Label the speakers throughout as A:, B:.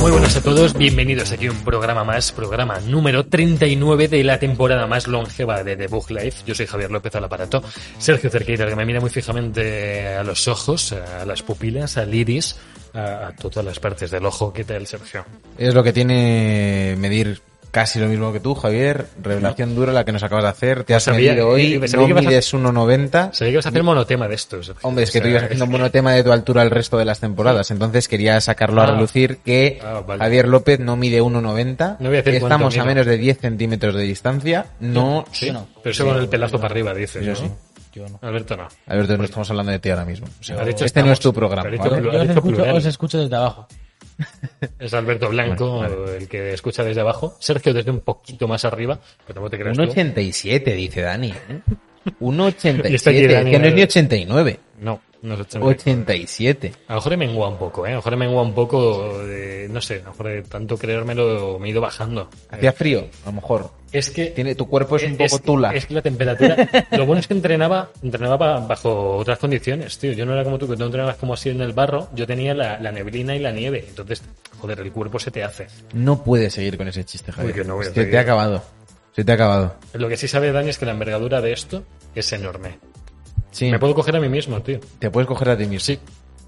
A: Muy buenas a todos, bienvenidos aquí a un programa más, programa número 39 de la temporada más longeva de The Book Life. Yo soy Javier López al aparato, Sergio Cerqueira, que me mira muy fijamente a los ojos, a las pupilas, al iris, a, a todas las partes del ojo. ¿Qué tal, Sergio?
B: Es lo que tiene medir casi lo mismo que tú, Javier. Revelación dura la que nos acabas de hacer. Te has
A: Sabía-
B: medido hoy,
A: eh, sabía
B: no
A: que ibas a-
B: mides 1,90.
A: Sabía que vas a hacer monotema de estos. Sergio.
B: Hombre, es que
A: O sea,
B: tú ibas haciendo un monotema de tu altura el resto de las temporadas, entonces quería sacarlo a
A: Ah.
B: relucir que
A: Ah, vale.
B: Javier López no mide 1,90,
A: No voy a decir
B: que
A: cuánto
B: estamos a
A: mido.
B: menos de 10 centímetros de distancia, no...
A: Sí, pero eso con el pelazo para arriba, dices,
B: Yo
A: ¿no?
B: sí.
C: Yo no.
A: Alberto no.
B: Alberto, no estamos hablando de ti ahora mismo. O sea,
A: Ha dicho
B: este
A: estamos.
B: no es tu programa,
A: Ha dicho
B: ¿vale?
A: plural.
C: Yo os
A: dicho
C: escucho,
A: plural.
C: os escucho desde abajo.
A: Es Alberto Blanco, el que escucha desde abajo. Sergio desde un poquito más arriba, pero tampoco te creas tú.
B: 1,87 dice Dani. ¿eh? 1,87,
A: Y está aquí Dani,
B: que no es ni
A: eh.
B: 89,
A: No, no es 80.
B: 87.
A: A lo mejor he menguado un poco, ¿eh? A lo mejor he menguado un poco, de, no sé, a lo mejor de tanto creérmelo me he ido bajando.
B: Hacía frío, a lo mejor.
A: Es que...
B: Tiene, tu cuerpo es un poco
A: que-
B: tula.
A: Es que la temperatura... Lo bueno es que entrenaba, entrenaba ba- bajo otras condiciones, tío. Yo no era como tú, que tú entrenabas como así en el barro. Yo tenía la, la neblina y la nieve. Entonces, joder, el cuerpo se te hace.
B: No puedes seguir con ese chiste, Javier.
A: Uy, que no voy a
B: se
A: seguir.
B: te ha acabado. Se te ha acabado.
A: Lo que sí sabe Dani es que la envergadura de esto es enorme.
B: Sí.
A: Me puedo coger a mí mismo, tío.
B: Te puedes coger a ti mismo.
A: Sí.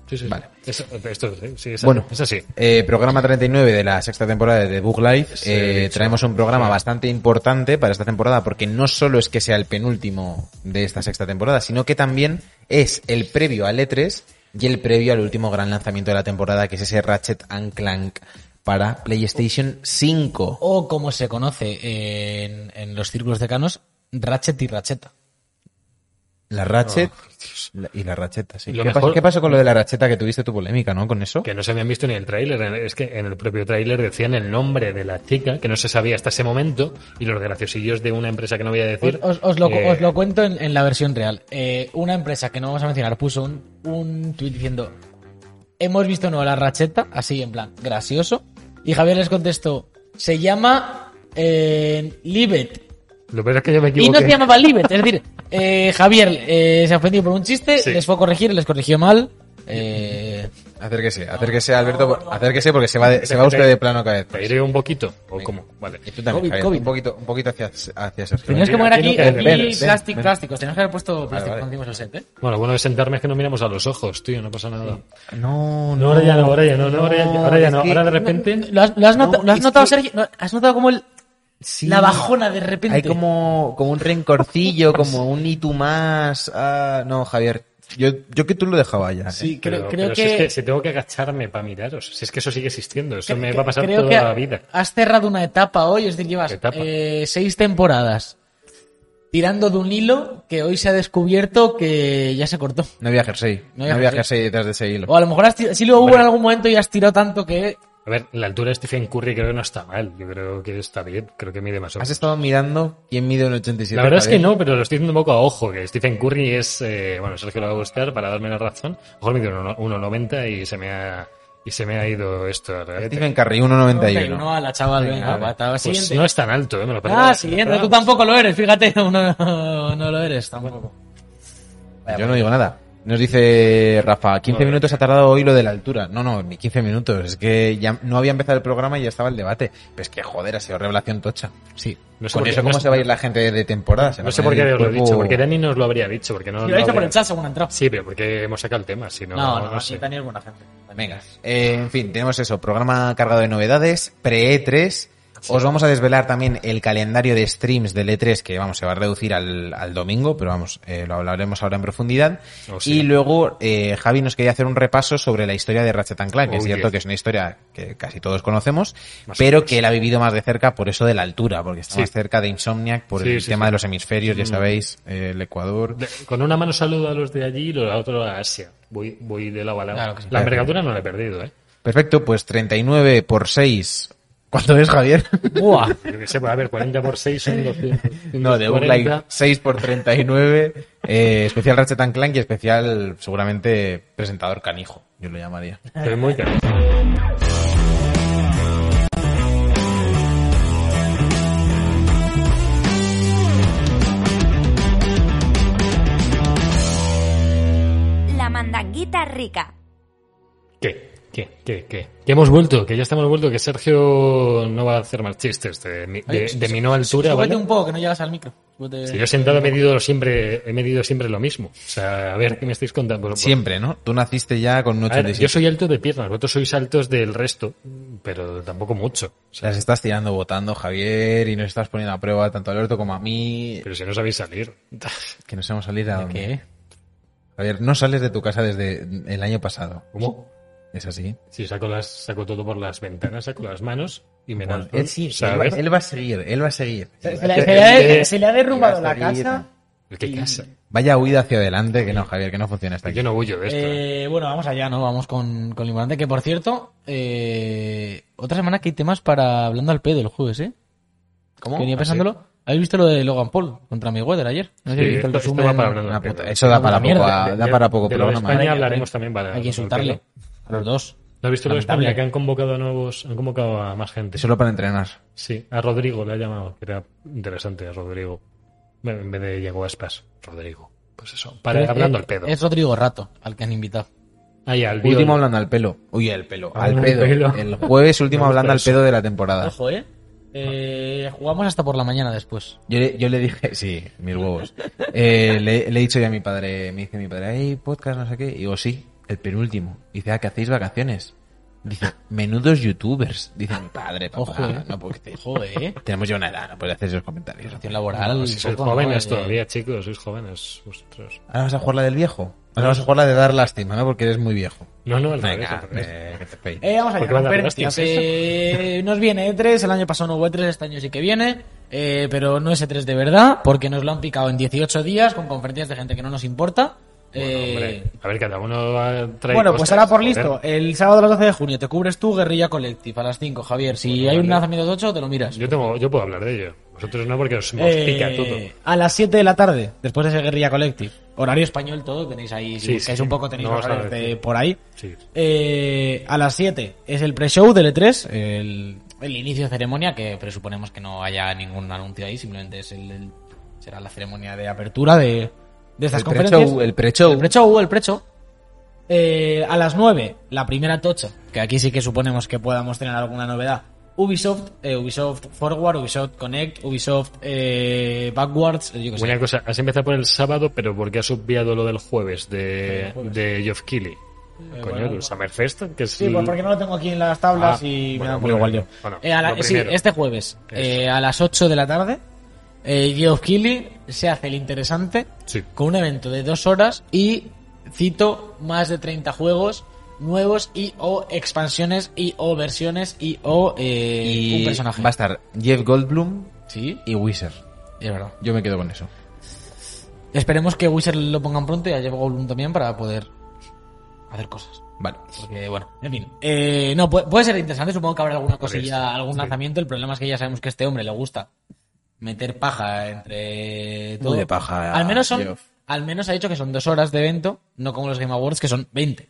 A: Sí, sí.
B: Vale.
A: Eso- esto, sí, sí, es
B: Bueno.
A: es así.
B: Eh, programa 39 de la sexta temporada de The Book Life.
A: Sí,
B: Eh,
A: he dicho.
B: traemos un programa bastante importante para esta temporada porque no solo es que sea el penúltimo de esta sexta temporada, sino que también es el previo al E3 y el previo al último gran lanzamiento de la temporada que es ese Ratchet and Clank para PlayStation 5.
C: O como se conoce en, en los círculos decanos, Ratchet y Ratcheta.
B: La Ratchet la- y la Ratcheta, sí.
A: Y
B: ¿Qué,
A: Ah, lo
B: pasó,
A: mejor-
B: qué pasó con lo de la Ratcheta que tuviste tu polémica, no? Con eso.
A: Que no se habían visto ni el tráiler. Es que en el propio tráiler decían el nombre de la chica, que no se sabía hasta ese momento, y los graciosillos de una empresa que no voy a decir.
C: Os, os lo,
A: eh,
C: os lo cuento en, en la versión real. Eh, una empresa que no vamos a mencionar puso un, un tuit diciendo: Hemos visto de nuevo la Ratcheta, así en plan, gracioso. Y Javier les contestó: Se llama eh, Libet.
A: Lo peor es que yo me
C: Y no
A: equivoqué.
C: se llamaba Libet. Es decir, eh, Javier eh, se ofendió por un chiste,
A: Sí.
C: les fue a corregir, les corrigió mal. Eh,
B: Acérquese, acérquese, Alberto, por- acérquese porque se va, de- se va usted de plano cabeza.
A: ¿Te iré un poquito? ¿O cómo? Vale.
B: Y tú también,
C: Covid,
B: Javier,
C: Covid.
B: un poquito, un poquito hacia, hacia Sergio.
C: Tenías que ¿eh?
A: Mira,
C: poner
A: aquí
C: aquí,
A: no cae
C: aquí
B: ven, ven,
C: plastic,
B: ven.
C: plásticos. Tenías que haber puesto plástico
B: vale.
C: cuando hicimos el set, ¿eh?
A: Bueno, lo bueno de sentarme es que no miramos a los ojos, tío, no pasa nada.
B: No,
A: No, ahora ya no, ahora ya no, no, ahora ya, ahora ya
B: es
A: no.
B: que-
A: Ahora de repente.
C: ¿Lo has, lo has nota-
B: No,
C: lo has
B: es
C: notado,
B: que-
C: Sergio? ¿No? ¿Has notado como el,
B: Sí.
C: la bajona de repente?
B: Hay como, como un rencorcillo, como un y tú más. ah, no, Javier, yo, yo que tú lo dejaba ya. ¿eh?
C: Sí, creo,
A: Pero,
C: creo
A: pero
C: que...
A: si es que si tengo que agacharme para miraros, si es que eso sigue existiendo, eso me
C: cre-
A: va a pasar
C: creo
A: toda
C: que
A: la vida.
C: Has cerrado una etapa hoy, es decir, llevas
A: Etapa.
C: eh, seis temporadas tirando de un hilo que hoy se ha descubierto que ya se cortó.
B: No había jersey.
C: No
B: No
C: había
B: había,
C: jersey.
B: jersey. detrás de ese hilo.
C: O a lo mejor has tir- sí lo hubo
A: Hombre.
C: en algún momento y has tirado tanto que...
A: A ver, la altura de Stephen Curry creo que no está mal, yo creo que está bien, creo que mide más o
B: Has
A: menos.
B: estado mirando quién mide un 87.
A: La verdad es que
B: Javier?
A: no, pero lo estoy diciendo un poco a ojo, que Stephen Curry es, eh, bueno, Sergio lo va a buscar para darme la razón. A lo mejor me dio 1,90 y se me ha, y se me ha ido esto. al garete.
B: Stephen Curry, 1.91.
C: No, a la chaval,
B: Venga,
C: venga,
B: vale.
C: va, va,
A: Pues
C: siguiente.
A: no es tan alto, eh, me lo parece.
C: Ah, siguiente. Tú tampoco lo eres, fíjate. No, no, no lo eres tampoco.
B: Yo no digo nada. Nos dice Rafa, 15
A: Madre
B: minutos ha tardado hoy lo de la altura. No, no, ni 15 minutos. Es que ya no había empezado el programa y ya estaba el debate. Pues que joder, ha sido revelación tocha. Sí.
A: No sé
B: Con
A: por qué-
B: eso, ¿cómo
A: no sé-
B: se va a ir la gente de temporada? Se va
A: No
B: a
A: sé por qué
B: poner el
A: os lo he dicho,
B: cuerpo-
A: porque Dani nos lo habría dicho, porque no.
C: Y lo ha
A: no
C: dicho por
A: habría-
C: el chat según ha entrado.
A: Sí, pero porque hemos sacado el tema, si no.
C: No, no, no,
A: sé.
C: Dani es buena gente.
B: Venga. Eh, en fin, tenemos eso. Programa cargado de novedades, pre-E3. Os vamos a desvelar también el calendario de streams del E3, que vamos, se va a reducir al, al domingo, pero vamos, eh, lo hablaremos ahora en profundidad.
A: Oh, sí.
B: Y luego, eh, Javi nos quería hacer un repaso sobre la historia de Ratchet and Clank.
A: Oh,
B: es cierto
A: yes.
B: que es una historia que casi todos conocemos,
A: Más o
B: pero
A: menos.
B: que él ha vivido más de cerca por eso de la altura, porque está
A: Sí.
B: más cerca de Insomniac, por
A: Sí,
B: el
A: sí, sí.
B: tema
A: Mm.
B: de los hemisferios, ya sabéis, eh, el Ecuador.
A: De- Con una mano saludo a los de allí y la otra a Asia. Voy, voy de lado a lado.
C: Claro que sí.
A: La envergadura no la he perdido, ¿eh?
B: Perfecto, pues 39 por 6 ¿Cuánto es, Javier?
C: Buah.
A: Yo que sé, pues, a ver, 40 por 6 son 200.
B: No, de Booklight
A: 40.
B: 6 por 39 eh, especial Ratchet and Clank y especial, seguramente, presentador canijo, yo lo llamaría.
A: Pero es muy caro.
D: La mandanguita rica.
A: ¿Qué? ¿Qué? ¿Qué? ¿Qué? Que hemos vuelto, que ya estamos vuelto, que Sergio no va a hacer más chistes de, mi- de- de mi no altura,
C: Súbete
A: ¿vale?
C: un poco, que no llegas al micro. Súbete-
A: Si yo sentado he medido siempre, he medido siempre lo mismo. O sea, a ver, ¿qué me estáis contando? Por- por-
B: Siempre, ¿no? Tú naciste ya con un
A: Pues- A ver,
B: 87.
A: yo soy alto de piernas, vosotros sois altos del resto, pero tampoco mucho. O sea,
B: Las estás tirando votando, Javier, y nos estás poniendo a prueba tanto a Alberto como a mí.
A: pero si no sabéis salir.
B: Que nos hemos salido a
C: ¿De
A: Eh,
C: qué?
B: Javier, no sales de tu casa desde el año pasado.
A: ¿Cómo?
B: ¿Es así?
A: Si saco las, saco todo por las ventanas, saco las manos y me
B: Bueno,
A: lanzo.
B: él sí,
A: O sea, a
B: él va,
A: ver,
B: él va a seguir, él va a seguir.
C: Se,
A: eh,
C: se le, se le ha- se le ha derrumbado la
B: Gastarilla.
C: casa.
A: ¿Qué casa?
B: Vaya huida hacia adelante, que no, Javier, que no funciona hasta aquí.
A: Yo no huyo de esto. ¿eh?
C: Eh, bueno, vamos allá, ¿no? Vamos con, con Limonante, que por cierto, eh, otra semana que hay temas para hablando al pedo el jueves, ¿eh?
B: ¿Cómo?
C: Que venía
B: ¿Ah,
C: pensándolo. ¿Habéis visto lo de Logan Paul contra mi weather ayer?
A: Sí,
C: No sé si habéis visto el
A: esto- esto
C: resumen.
A: va para hablar.
B: Una puta- eso da para
C: Una mierda.
B: poco, a- da
A: De-
B: para poco
A: de lo de
B: programa.
A: España
C: Vaya,
A: hablaremos
C: eh.
A: también para
C: Hay que insultarle. A los dos.
A: ¿No has visto lo de España?
C: Lamentable.
A: Que han convocado a nuevos, han convocado a más gente.
B: Solo para entrenar.
A: Sí, a Rodrigo le ha llamado, que era interesante, a Rodrigo. Bueno, En vez de Diego Aspas, Rodrigo. Pues eso, para,
C: Pero
A: hablando
C: es-
A: al pedo.
C: Eh, Es Rodrigo Rato, al que han invitado.
A: Ahí, al
B: Último
A: viol.
B: hablando al pelo. Uy, al pelo.
A: Ah,
B: Al
A: al
B: pedo.
A: pelo.
B: El jueves último
A: Me gusta
B: hablando al
A: eso.
B: pedo de la temporada.
C: Ojo, ¿eh? Eh, Jugamos hasta por la mañana después.
B: Yo le, yo le dije, sí, mis huevos. Eh, le, le he dicho ya a mi padre, me dice mi padre, hay podcast, no sé qué. Y digo, sí, el penúltimo. Dice, ah, que hacéis vacaciones. Dice, menudos youtubers. Dice mi padre, papá.
C: Ojo, eh.
B: No puedo decir.
C: Ojo, ¿eh?
B: Tenemos ya una edad, no puedes hacer esos comentarios.
C: Relación laboral.
A: Si sois
C: poco, ¿no?
A: jóvenes
C: Eh,
A: todavía, chicos, sois jóvenes vosotros.
B: Ahora vas a jugar la del viejo. Ahora vas a jugar la de dar lástima, ¿no? Porque eres muy viejo.
A: No, no, al revés,
B: Venga,
A: al revés.
B: eh, que te peine.
C: Eh, vamos
A: ¿Por
C: allá.
A: qué van a dar
C: conferencias.
A: hostias?
C: Eh, nos viene E3, el año pasado no hubo E3, este año sí que viene, eh, pero no es E3 de verdad, porque nos lo han picado en 18 días con conferencias de gente que no nos importa.
A: Bueno, hombre,
C: Eh,
A: a ver, cada uno va- trae
C: bueno, pues
A: cosas,
C: ahora por
A: joder.
C: listo, el sábado a las 12 de junio te cubres tú Guerrilla Collective a las 5, Javier. Si hay un
A: vale.
C: lanzamiento de 8, te lo miras.
A: Yo, tengo, yo puedo hablar de ello. Vosotros no, porque os, os
C: Eh,
A: pica todo.
C: a las 7 de la tarde, después de ese Guerrilla Collective. Horario español todo, tenéis ahí, si
A: Sí,
C: buscáis
A: sí.
C: un poco tenéis
A: No
C: los
A: os la
C: horarios de-
A: decimos.
C: por ahí.
A: Sí.
C: Eh, a las 7 es el pre-show del E3, el, el inicio de ceremonia, que presuponemos que no haya ningún anuncio ahí, simplemente es el, el- será la ceremonia de apertura de, de estas
B: El
C: conferencias.
B: pre-show, el pre-show.
C: El pre-show, el pre-show. Eh, a las 9, la primera tocha, que aquí sí que suponemos que podamos tener alguna novedad. Ubisoft, eh, Ubisoft Forward, Ubisoft Connect, Ubisoft eh, Backwards, eh, yo qué sé.
A: Una cosa, has empezado por el sábado, pero porque has obviado lo del jueves de,
C: El jueves.
A: de Geoff Keighley. Coño,
C: bueno,
A: el Summerfest, que es
C: Sí, pues porque no lo tengo aquí en las tablas
A: Ah,
C: y me
A: bueno,
C: da un
A: bueno,
C: poco igual yo.
A: bueno,
C: Eh, a la-
A: lo
C: sí,
A: primero.
C: este jueves, eh, a las 8 de la tarde, eh, Geoff Keighley se hace el interesante
A: Sí.
C: con un evento de dos horas y, cito, más de 30 juegos nuevos y o expansiones y o versiones y o eh,
B: Y
C: un personaje.
B: va a estar Jeff Goldblum
C: Sí,
B: y Wizard.
C: es verdad.
B: Yo me quedo con eso.
C: Esperemos que Wizard lo pongan pronto y a Jeff Goldblum también para poder hacer cosas.
B: Vale.
C: Porque, bueno, en fin. Eh, no, puede, puede ser interesante. Supongo que habrá alguna cosilla, algún
A: sí.
C: lanzamiento. El problema es que ya sabemos que a este hombre le gusta meter paja entre todo.
B: Muy de paja,
C: Al menos son,
B: Jeff.
C: al menos ha dicho que son dos horas de evento, no como los Game Awards, que son 20.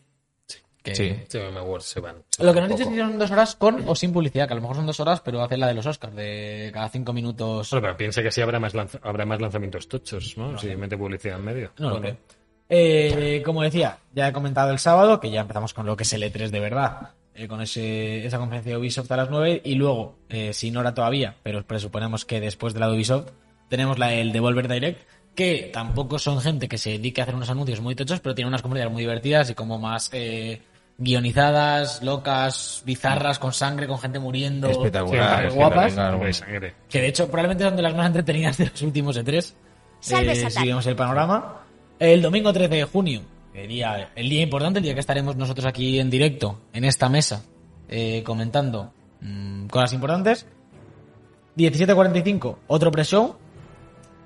C: Que-
B: Sí.
A: Sí, me acuerdo, se van. se
C: Lo que no
A: van
C: han
A: un
C: dicho es
A: poco.
C: que son dos horas con o sin publicidad, que a lo mejor son dos horas, pero hacen la de los Oscars, de cada cinco minutos.
A: Bueno, pero piensa que así habrá más, lanz- habrá más lanzamientos tochos, ¿no? si mete publicidad en medio.
C: No lo
A: Bueno,
C: creo. Eh, como decía, ya he comentado el sábado que ya empezamos con lo que es el E3 de verdad, eh, con ese- esa conferencia de Ubisoft a las 9 y luego, eh, sin hora todavía, pero presuponemos que después de la de Ubisoft, tenemos la del Devolver Direct, que tampoco son gente que se dedique a hacer unos anuncios muy tochos, pero tiene unas conferencias muy divertidas y como más eh, guionizadas, locas, bizarras, con sangre, con gente muriendo.
B: Espectacular.
C: súper guapas.
B: espectacular.
A: hombre, sangre.
C: Que de hecho probablemente son de las más entretenidas de los últimos E3.
D: Salve,
C: Eh,
D: Satán.
C: si vemos el panorama. El domingo 13 de junio, el día, el día importante, el día que estaremos nosotros aquí en directo, en esta mesa, eh, comentando mm, cosas importantes. 17.45, otro pre-show.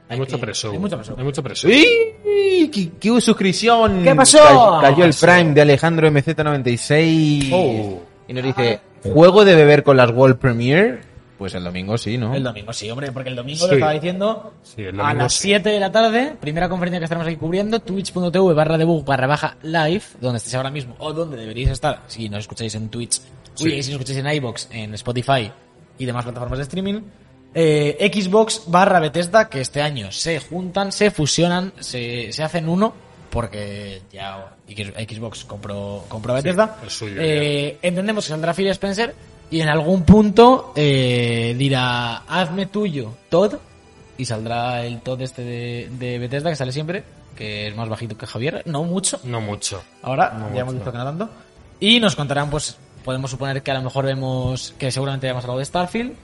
A: Hay mucho
C: que-
A: preso.
C: hay mucho preso.
A: Hay mucho preso.
B: ¡Uy! ¡Qué, qué suscripción!
C: ¿Qué pasó?
B: Cay- Cayó, el Prime de Alejandro MZ96.
A: Oh.
B: Y nos dice: ¿Juego de beber con las World Premiere? Pues el domingo sí, ¿no?
C: El domingo, sí, hombre, porque el domingo
A: Sí.
C: lo estaba diciendo
A: Sí, el
C: a
A: domingo
C: las
A: sí.
C: 7 de la tarde, primera conferencia que estaremos aquí cubriendo, twitch.tv barra debug barra baja live, donde estéis ahora mismo, o donde deberíais estar, si nos escucháis en Twitch,
A: Sí.
C: uy, si nos escucháis en iBox, en Spotify y demás plataformas de streaming. Eh, Xbox barra Bethesda, que este año se juntan, se fusionan, se, se hacen uno, porque ya Xbox compró, compró a Bethesda.
A: el suyo,
C: Eh, eh, entendemos que saldrá Phil Spencer y en algún punto eh, dirá, hazme tuyo, Todd, y saldrá el Todd este de, de Bethesda que sale siempre, que es más bajito que Javier, no mucho,
A: No mucho.
C: ahora
A: No
C: ya hemos
A: mucho.
C: visto que no tanto, y nos contarán, pues, podemos suponer que a lo mejor vemos, que seguramente vemos algo de Starfield,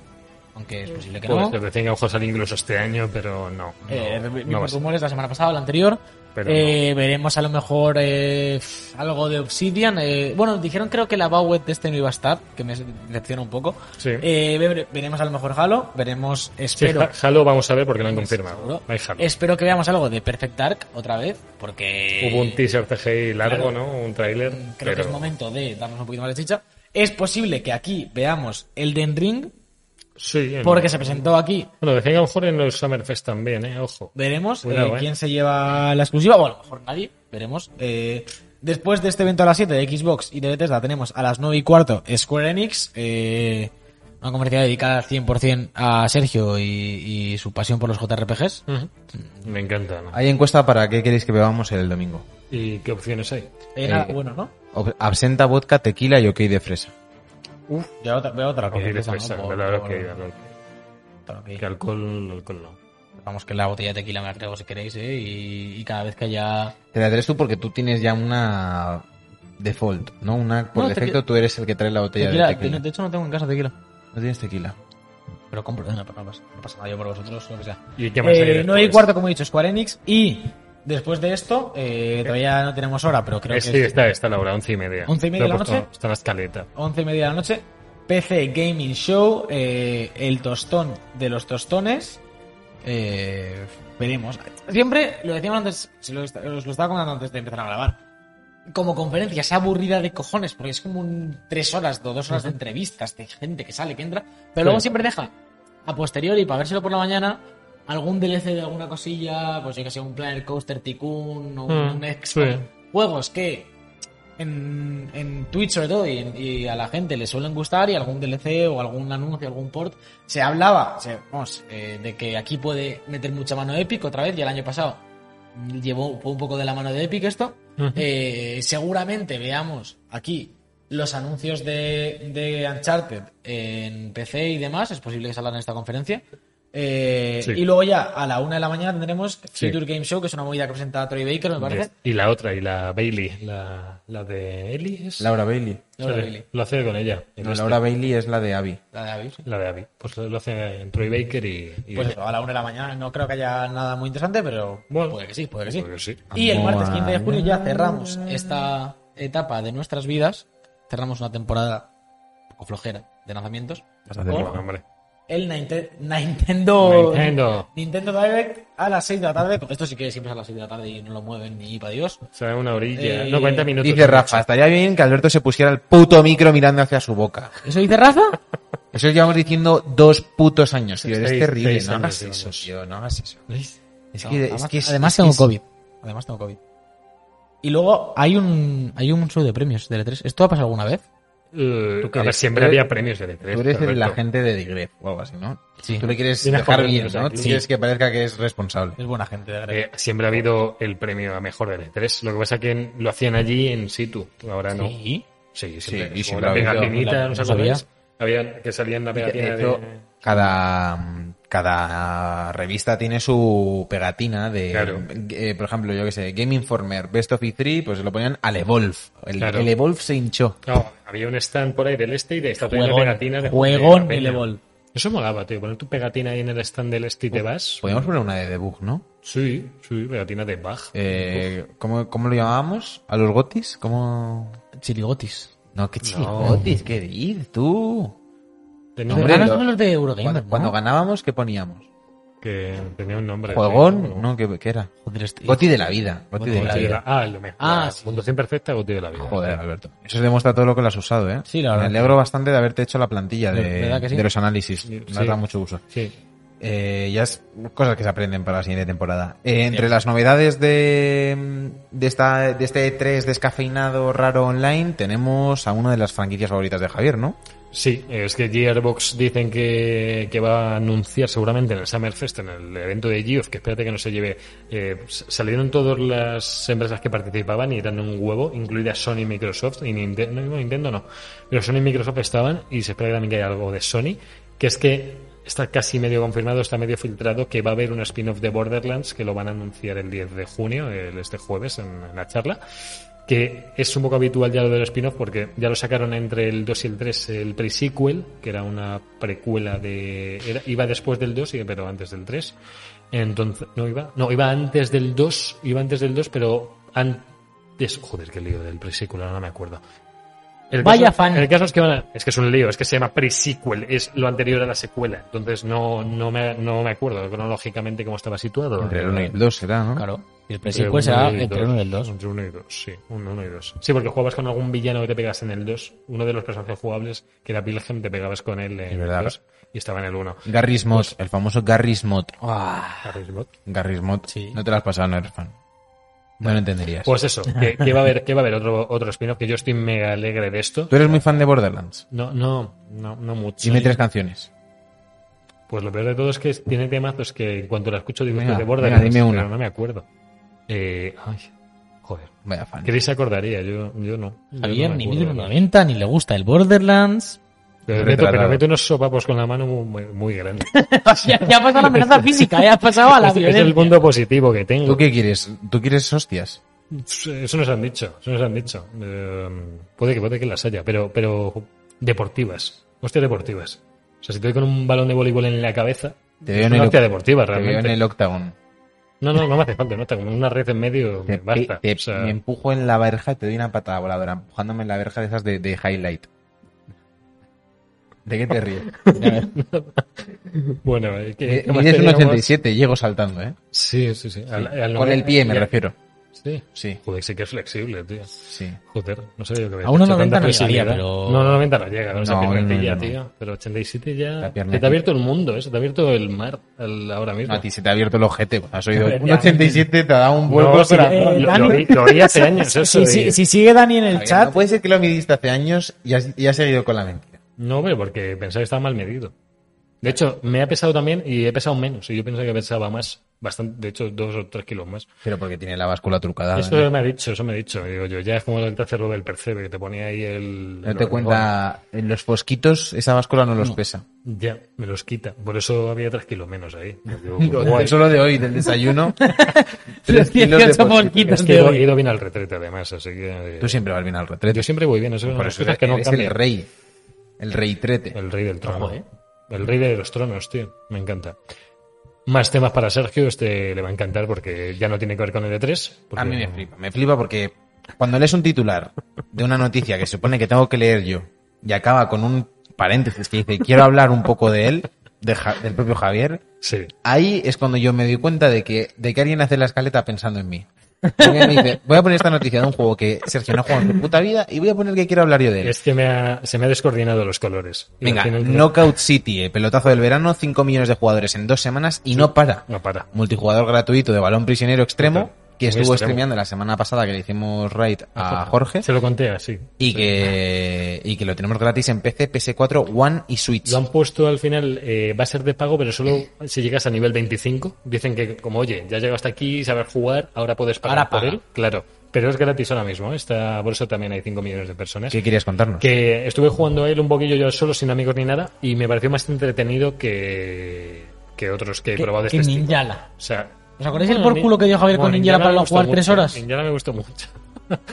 C: aunque es posible que
A: Pues
C: no.
A: lo que tenga ojos al incluso este año, pero no. no,
C: Eh,
A: no va a
C: vi- vimos
A: ser.
C: rumores la semana pasada, la anterior.
A: Pero
C: Eh, Veremos a lo mejor eh, pf, algo de Obsidian. eh, bueno, dijeron creo que la Bowet de este no iba a estar, que me decepciona un poco.
A: Sí.
C: Eh, vere- veremos a lo mejor Halo, veremos,
A: Sí,
C: espero. Eh,
A: Ha- Halo vamos a ver porque lo han confirmado.
C: seguro.
A: Hay Halo.
C: Espero que veamos algo de Perfect Dark otra vez, porque
A: Hubo un teaser TGI largo,
C: claro.
A: ¿no? Un tráiler.
C: creo que
A: pero-
C: es momento de darnos un poquito más de chicha. Es posible que aquí veamos Elden Ring,
A: Sí. en-
C: porque se presentó aquí
A: Bueno, decían que a lo mejor en los Summerfest también, ¿eh? Ojo.
C: Veremos eh,
A: Cuidado, eh.
C: quién se lleva la exclusiva, o a lo mejor nadie, veremos. Eh, después de este evento a las 7 de Xbox y de Bethesda tenemos a las 9 y cuarto Square Enix, eh, una conferencia dedicada al 100% a Sergio y, y su pasión por los JRPGs. Mm.
A: Me encanta, ¿no?
B: Hay encuesta para qué queréis que bebamos el domingo.
A: ¿Y qué opciones hay?
C: Eh, nada,
B: Eh,
C: bueno, ¿no?
B: Ob- Absenta, vodka, tequila y ok de fresa.
C: Ya otra, veo otra cosa.
A: Porque
C: esa, ¿no?
A: después,
C: Por-
A: la verdad
C: por-
A: pues, que- la-
C: por-
A: que alcohol, alcohol no.
C: Vamos que la botella de tequila me la traigo si queréis, ¿eh? Y, y cada vez que haya...
B: Te la traes tú porque tú tienes ya una default, ¿no? Una por
C: No,
B: defecto
C: tequila-
B: tú eres el que trae la botella de
C: Tequila,
B: tequila.
C: de hecho no tengo en casa tequila.
B: No tienes tequila.
C: Pero compro, eh, no, no pasa no pasa nada, yo por vosotros, lo que sea.
A: ¿Y qué más hay
C: Eh,
A: después?
C: 9 y cuarto, como he dicho, Square Enix. Y después de esto, eh, todavía no tenemos hora, pero creo
A: Eh,
C: que
A: sí,
C: es
A: está, está la hora, once y media.
C: ¿Once y
A: Lo
C: media
A: he
C: de la
A: puesto-
C: noche?
A: Está en la escaleta.
C: 11 y media de la noche. PC Gaming Show, eh, el tostón de los tostones. Eh, veremos. Siempre, lo decíamos antes, se lo est- os lo estaba comentando antes de empezar a grabar. Como conferencia, es aburrida de cojones, porque es como un tres horas o dos horas de entrevistas de gente que sale, que entra, pero luego
A: Sí.
C: siempre deja a posteriori, para vérselo por la mañana, algún DLC de alguna cosilla, pues yo que sé, un Planet Coaster Tycoon, o
A: Mm,
C: un X
A: sí.
C: Juegos que en, en Twitch sobre todo y, en- y a la gente le suelen gustar y algún DLC o algún anuncio, algún port, se hablaba se- vamos, eh, de que aquí puede meter mucha mano Epic otra vez y el año pasado mm, llevó fue un poco de la mano de Epic esto.
A: Ujú.
C: Eh, seguramente veamos aquí los anuncios de, de Uncharted en PC y demás, es posible que salgan en esta conferencia. Eh,
A: Sí.
C: Y luego ya a la una de la mañana tendremos
A: Sí.
C: Future Game Show, que es una movida que presenta Troy Baker, me parece.
A: Y la otra, y la Bailey, la, la de Ellie es.
B: Laura Bailey.
C: Laura
A: Sí,
C: Bailey.
A: Lo hace con ella. El
B: No,
A: este.
B: Laura Bailey es la de Abby.
C: La de Abby.
A: La de Abby. Pues lo hace Troy Baker y. y-
C: Pues eso, a la una de la mañana no creo que haya nada muy interesante, pero
A: Bueno.
C: puede que sí, puede que sí. Ah,
A: Porque sí.
C: Y el martes
B: Madre
C: 15 de junio ya cerramos esta etapa de nuestras vidas. Cerramos una temporada un poco flojera de lanzamientos.
B: Bastante
C: con
A: Bueno, hombre.
C: el Ninte- Nintendo,
A: Nintendo.
C: Nintendo Direct a las 6 de la tarde. Esto sí que siempre es a las 6 de la tarde y no lo mueven ni para Dios.
A: O sea, una orilla.
C: Eh,
A: no, 40 minutos.
B: Dice Rafa, estaría bien que Alberto se pusiera el puto micro mirando hacia su boca.
C: ¿Eso dice Rafa?
B: Eso llevamos diciendo dos putos años, tío. Eres
A: Seis-
B: terrible.
A: seis
B: no
A: años
B: hagas
A: llevamos.
B: eso, tío. No hagas eso. Es
C: No,
B: que,
C: además,
B: es que es-
C: además
B: es
C: tengo
B: que es-
C: COVID. Además tengo COVID. Y luego hay un hay un show de premios de E3. ¿Esto ha pasado alguna vez?
A: Eh,
B: ¿Tú qué
A: a ver,
B: eres?
A: siempre
B: Tú eres-
A: había premios de E3.
B: Tú eres el de la
A: Alberto.
B: gente de Digref o algo así, ¿no?
C: Sí.
B: Tú le quieres
A: Vienes
B: dejar
A: jodiendo,
B: bien,
A: o sea,
B: ¿no?
A: tú
B: Tú
A: sí.
B: quieres que parezca que es responsable.
C: Es buena gente de E3.
A: Eh, siempre ha habido el premio a mejor de E3. Lo que pasa es que lo hacían allí en situ. Ahora no.
C: Sí.
A: Sí, siempre.
B: y
A: como
B: siempre
A: la
B: ha habido-
A: pegatinita,
C: la-
A: ¿no
C: no
A: sabías? Había que salían la pegatina
B: De hecho,
A: de...
B: cada, cada revista tiene su pegatina de,
A: Claro.
B: eh, por ejemplo, yo que sé, Game Informer, Best of E3, pues lo ponían al Evolve. El,
A: Claro.
B: el Evolve se hinchó.
A: No, había un stand por ahí del este y de esta poniendo
C: Juegón,
A: pegatinas de
C: juegón
A: de la
C: el
A: peña.
C: Evol.
A: Eso molaba, tío. Poner tu pegatina ahí en el stand del este y te vas.
B: Podríamos poner una de debug, ¿no?
A: Sí, sí, pegatina de Bach.
B: Eh, ¿cómo, ¿Cómo lo llamábamos? ¿A los gotis? ¿Cómo...?
C: Chirigotis.
B: No, qué chiligotis, qué dices tú.
A: Tenía-
B: Hombre,
C: Ahora
B: lo-
C: son los de Eurogamer,
B: Cuando,
C: ¿no?
B: cuando ganábamos, ¿qué poníamos?
A: que tenía un nombre. sí,
B: Juegón,
A: como-
B: ¿no? ¿Qué, qué era?
C: Joder, este estoy-
B: Goti de la vida. Goti de
A: Goti
B: la
A: de
B: vida.
A: la- Ah, lo mejor.
C: Ah,
A: Ah,
C: sí.
A: Puntuación perfecta, Goti de la vida.
B: Joder, Alberto. Eso demuestra todo lo que lo has usado, ¿eh?
C: Sí, la verdad.
B: Me alegro bastante de haberte hecho la plantilla de,
C: ¿Verdad que sí?
B: de los análisis.
A: Sí.
B: Me ha dado mucho uso.
A: Sí.
B: Eh, ya es cosas que se aprenden para la siguiente temporada. Eh, entre las novedades de, mm, de, esta, de este 3 descafeinado raro online, tenemos a una de las franquicias favoritas de Javier, ¿no?
A: Sí, es que Gearbox dicen que, que va a anunciar seguramente en el Summerfest, en el evento de Geoff, que espérate que no se lleve. eh, s- salieron todas las empresas que participaban y eran un huevo, incluidas Sony, Microsoft y Nintendo. No, Nintendo no. Pero Sony y Microsoft estaban y se espera que también que haya algo de Sony, que es que está casi medio confirmado, está medio filtrado que va a haber un spin-off de Borderlands que lo van a anunciar el 10 de junio, el- este jueves, en, en la charla. Que es un poco habitual ya lo del spin-off porque ya lo sacaron entre el 2 y el 3 el pre-sequel, que era una precuela de. era- iba después del 2, y- pero antes del 3. Entonces, no iba. No, iba antes del 2, iba antes del 2, pero antes. Joder, qué lío del pre-sequel, ahora no me acuerdo. El
C: Vaya
A: caso-
C: fan.
A: El caso es que van a- es que es un lío, es que se llama pre-sequel, es lo anterior a la secuela. Entonces no, no, me, no me acuerdo cronológicamente cómo estaba situado.
B: Entre el 1 y el 2 será, ¿no?
C: Claro. Y el
A: Entre
C: pre-sequel
A: uno
C: será
A: y
C: entre
A: dos.
C: uno y el dos.
A: Entre uno y dos, sí. Un uno y dos. Sí, porque jugabas con algún villano que te pegas en el 2. Uno de los personajes jugables, que era Wilhelm, te pegabas con él en
B: Es verdad.
A: el 2 y estaba en el 1.
B: Garry's Mod,
A: Pues-
B: el famoso Garry's Mod.
C: Ah.
B: Garry's Mod.
C: Sí.
B: No te lo has pasado, no eres fan. No lo entenderías.
A: Pues eso, que, que va a haber, que va a haber otro, otro spin-off, que yo estoy mega alegre de esto.
B: ¿Tú eres muy fan de Borderlands?
A: No, no, no, no mucho.
B: Dime tres canciones.
A: Pues lo peor de todo es que tiene temazos que en cuanto la escucho digo,
B: Venga,
A: "Esto es de Borderlands,
B: venga, dime una.
A: pero no me acuerdo. Eh, ay, joder.
B: Vaya fan.
A: Chris se acordaría, yo, yo no. Yo
C: Javier
A: no me
C: ni
A: acuerdo.
C: mide 1,90, ni le gusta el Borderlands.
A: Pero meto,
B: Retratado.
A: pero meto unos sopapos con la mano muy, muy grandes.
C: ya, ya ha pasado la amenaza física, ya ha pasado a la
A: Este es, es el
C: violencia.
A: punto positivo que tengo.
B: ¿Tú qué quieres? ¿Tú quieres hostias?
A: Eso nos han dicho, eso nos han dicho. Eh, puede que puede que las haya, pero, pero deportivas. Hostias deportivas. O sea, si te doy con un balón de voleibol en la cabeza,
B: Te veo
A: es
B: en
A: una
B: el,
A: hostia deportiva
B: te veo en
A: realmente.
B: el Octagon.
A: No, no, no me hace falta, no, con una red en medio me
B: Te-
A: basta.
B: te-
A: O sea,
B: Me empujo en la verja y te doy una patada voladora, empujándome en la verja de esas de, de highlight. ¿De qué te ríes?
A: Bueno, eh, ¿qué,
B: Eh,
A: qué más
B: Mides un
A: teníamos?
B: 87 y llego saltando, ¿eh?
A: Sí, sí, sí. Al- al
B: Con el pie me
A: ya-
B: refiero.
A: Sí.
B: Sí,
A: Joder, sí que es flexible, tío.
B: sí.
A: Joder, no sabía yo que había
C: A unos
A: hecho
C: 90
A: tanta
C: no llegaría,
A: flexibilidad.
C: pero-
A: No, no, 90 no llega, con esa
B: No,
A: piernecilla,
B: no, no, no.
A: tío. Pero 87
B: La
A: ya... Se
B: pierna
A: te ha
B: aquí.
A: abierto el mundo, ¿eh? Se te ha abierto el mar al- ahora mismo.
B: No, a ti se te ha abierto el ojete. cuando Has oído
C: Hombre,
B: un 87, te ha dado un vuelco
A: No,
B: al
A: sí,
B: corazón.
A: eh,
C: Eh,
A: lo-
C: Dani.
A: lo, oí- lo oí hace años eso.
C: Si, si-
A: y-
C: si sigue Dani en el
B: Javier,
C: chat,
B: No puede ser que lo midiste hace años y has, y has seguido con la mentira.
A: No, pero porque pensaba que estaba mal medido. De hecho, me ha pesado también y he pesado menos. Y yo pensaba que pesaba más. Bastante, de hecho, dos o tres kilos más.
B: Pero porque tiene la báscula trucada.
A: eso
B: ¿no?
A: me ha dicho, eso me ha dicho. Digo yo, ya es como el tercer del percebe, que te ponía ahí el...
B: No
A: el
B: te cuenta, en los fosquitos esa báscula no los pesa.
A: Ya, me los quita. Por eso había tres kilos menos ahí. Yo digo, guay.
B: Solo de hoy, del desayuno. tres
C: los
B: kilos de
C: 18
B: fosquitos.
C: mosquitos
A: Es que he
C: de
A: ido, he
C: hoy.
A: ido bien al retrete, además, así que... eh,
B: Tú siempre vas bien al retrete.
A: Yo siempre voy bien, eso es una
B: Por
A: de las
B: eso
A: cosas
B: eres,
A: que no
B: eres el
A: cambian.
B: rey. El rey trete.
A: El rey del trono.
C: Ojo, ¿eh?
A: El rey de los tronos, tío. Me encanta. Más temas para Sergio, este le va a encantar porque ya no tiene que ver con el E3. porque-
B: A mí me flipa. Me flipa porque cuando lees un titular de una noticia que se supone que tengo que leer yo y acaba con un paréntesis que dice quiero hablar un poco de él, de Ja- del propio Javier,
A: Sí.
B: ahí es cuando yo me doy cuenta de que, de que alguien hace la escaleta pensando en mí. Alguien dice, voy a poner esta noticia de un juego que Sergio no ha jugado en su puta vida y voy a poner que quiero hablar yo de él.
A: Es que me ha- se me ha descoordinado los colores. Y
B: Venga,
A: al final-
B: Knockout City, eh, pelotazo del verano, 5 millones de jugadores en dos semanas y no para.
A: No para.
B: Multijugador gratuito de balón prisionero extremo,
A: Total.
B: que
A: Muy
B: estuvo
A: extremo.
B: streameando la semana pasada que le hicimos raid a Jorge
A: Se lo conté así.
B: y que, y que lo tenemos gratis en PC, PS4, One y Switch.
A: Lo han puesto al final, eh, va a ser de pago, pero solo si llegas a nivel 25. Dicen que, como, oye, ya has llegado hasta aquí, saber jugar, ahora puedes pagar
C: Ahora
A: por
C: paga.
A: él. Claro. Pero es gratis ahora mismo. ¿eh? Está, por eso también hay 5 millones de personas.
B: ¿Qué querías contarnos?
A: Que estuve jugando a él un poquillo yo solo, sin amigos ni nada, y me pareció más entretenido que, que otros que he
C: Que-
A: probado de
C: que
A: este estilo.
C: Ninjala.
A: O sea,
C: ¿Os acordáis el por culo que dio Javier con Ninjala para
A: me
C: no
A: gustó
C: jugar
A: mucho,
C: tres horas?
A: Ninjala me gustó mucho.